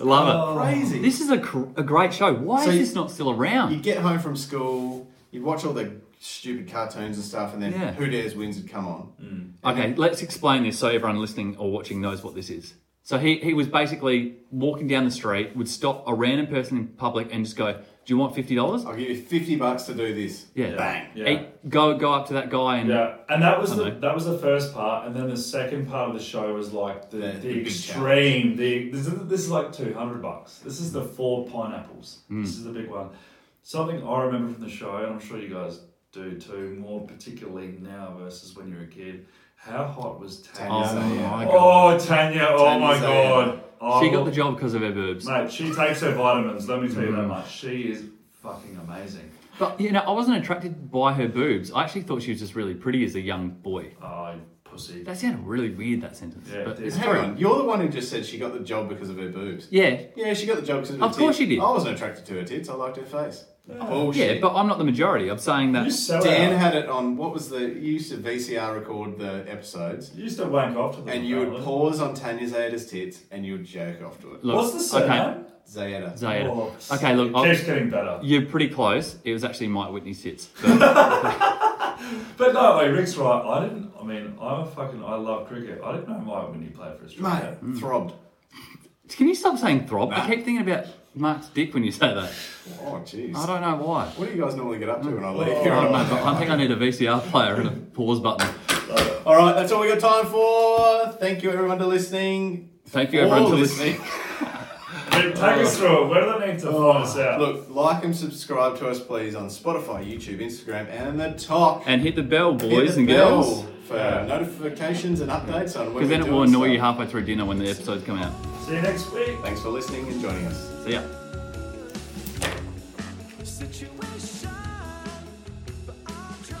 Speaker 3: I love it.
Speaker 7: Crazy.
Speaker 3: This is a, cr- a great show. Why
Speaker 2: So
Speaker 3: is
Speaker 2: you-
Speaker 3: this not still
Speaker 2: You'd
Speaker 3: around?
Speaker 2: get home from school, you'd watch all the stupid cartoons and stuff, and then
Speaker 3: Yeah. Mm.
Speaker 2: Who Dares Wins would come on.
Speaker 3: Okay, let's explain this so everyone listening or watching knows what this is. So he, he was basically walking down the street, would stop a random person in public and just go, "Do you want fifty dollars?"
Speaker 2: I'll give you 50 bucks to do this.
Speaker 3: Yeah,
Speaker 2: Bang.
Speaker 4: Yeah.
Speaker 3: Eh, go go up to that guy and
Speaker 4: Yeah, and that was the,
Speaker 3: know.
Speaker 4: that was the first part, and then the second part of the show was like the,
Speaker 2: The-
Speaker 4: the,
Speaker 2: the big
Speaker 4: extreme. The this is, this is like two hundred bucks. This is the four pineapples. This is the big one. Something I remember from the show, and I'm sure you guys do too, more particularly now versus when you were a kid. How hot was Tanya?
Speaker 2: Oh my
Speaker 4: Oh, Tanya! Oh my
Speaker 2: Tanya's
Speaker 4: god! Oh,
Speaker 3: she got the job because of her boobs.
Speaker 4: mate. She takes her vitamins. Let me tell you that much. She is fucking amazing.
Speaker 3: But you know, I wasn't attracted by her boobs. I actually thought she was just really pretty as a young boy.
Speaker 4: Oh, you pussy.
Speaker 3: That sounded really weird. That sentence,
Speaker 4: Yeah, it
Speaker 3: but
Speaker 4: did.
Speaker 3: it's
Speaker 2: Hang
Speaker 3: true.
Speaker 2: on, you're the one who just said she got the job because of her boobs.
Speaker 3: Yeah,
Speaker 2: Yeah, she got the job because of her
Speaker 3: Of course
Speaker 2: tits.
Speaker 3: she did.
Speaker 2: I wasn't attracted to her tits, I liked her face. Bullshit.
Speaker 3: yeah, but I'm not the majority. I'm saying that.
Speaker 4: You sell
Speaker 2: Dan
Speaker 4: out.
Speaker 2: had it on. What was the? You used to VCR record the episodes,
Speaker 4: You used to wank off to them.
Speaker 2: and you would
Speaker 4: apparently.
Speaker 2: pause on Tanya Zayda's tits, and you would jerk off to it.
Speaker 3: Look,
Speaker 4: What's the
Speaker 3: okay,
Speaker 4: surname?
Speaker 2: Zayda.
Speaker 3: Zayda.
Speaker 4: Oh,
Speaker 3: okay, look,
Speaker 4: it
Speaker 3: I'll-
Speaker 4: keeps getting better.
Speaker 3: you're pretty close. It was actually Mike Whitney's tits. But
Speaker 4: But no, like, Rick's right. I didn't. I mean, I'm a fucking. I love cricket. I didn't know Mike when he played for Australia.
Speaker 2: Mate,
Speaker 3: Hmm.
Speaker 2: throbbed.
Speaker 3: can you stop saying throb? I keep thinking about Mark's dick when you say that.
Speaker 2: Oh jeez.
Speaker 3: I don't Oh. know why.
Speaker 2: What do you guys normally get up to when I leave?
Speaker 3: I don't
Speaker 2: All
Speaker 3: know,
Speaker 2: right.
Speaker 3: but I think I need a VCR player and a pause button.
Speaker 2: all right, that's all we got time for. Thank you everyone for listening.
Speaker 3: Thank you, everyone,
Speaker 2: All
Speaker 3: for listening.
Speaker 4: Rick, take us through it. Where do they need to find us out?
Speaker 2: Look, like and subscribe to us, please, on Spotify, YouTube, Instagram, and the top.
Speaker 3: And hit the bell,
Speaker 2: Hit
Speaker 3: boys
Speaker 2: the
Speaker 3: and
Speaker 2: bell
Speaker 3: girls.
Speaker 2: for notifications and updates on when
Speaker 3: Because then
Speaker 2: we're
Speaker 3: it will
Speaker 2: doing
Speaker 3: annoy you
Speaker 2: stuff.
Speaker 3: halfway through dinner when the episode's coming out.
Speaker 4: See you next week.
Speaker 2: Thanks for listening and joining us.
Speaker 3: So, yeah.
Speaker 8: Situation, but I'll try.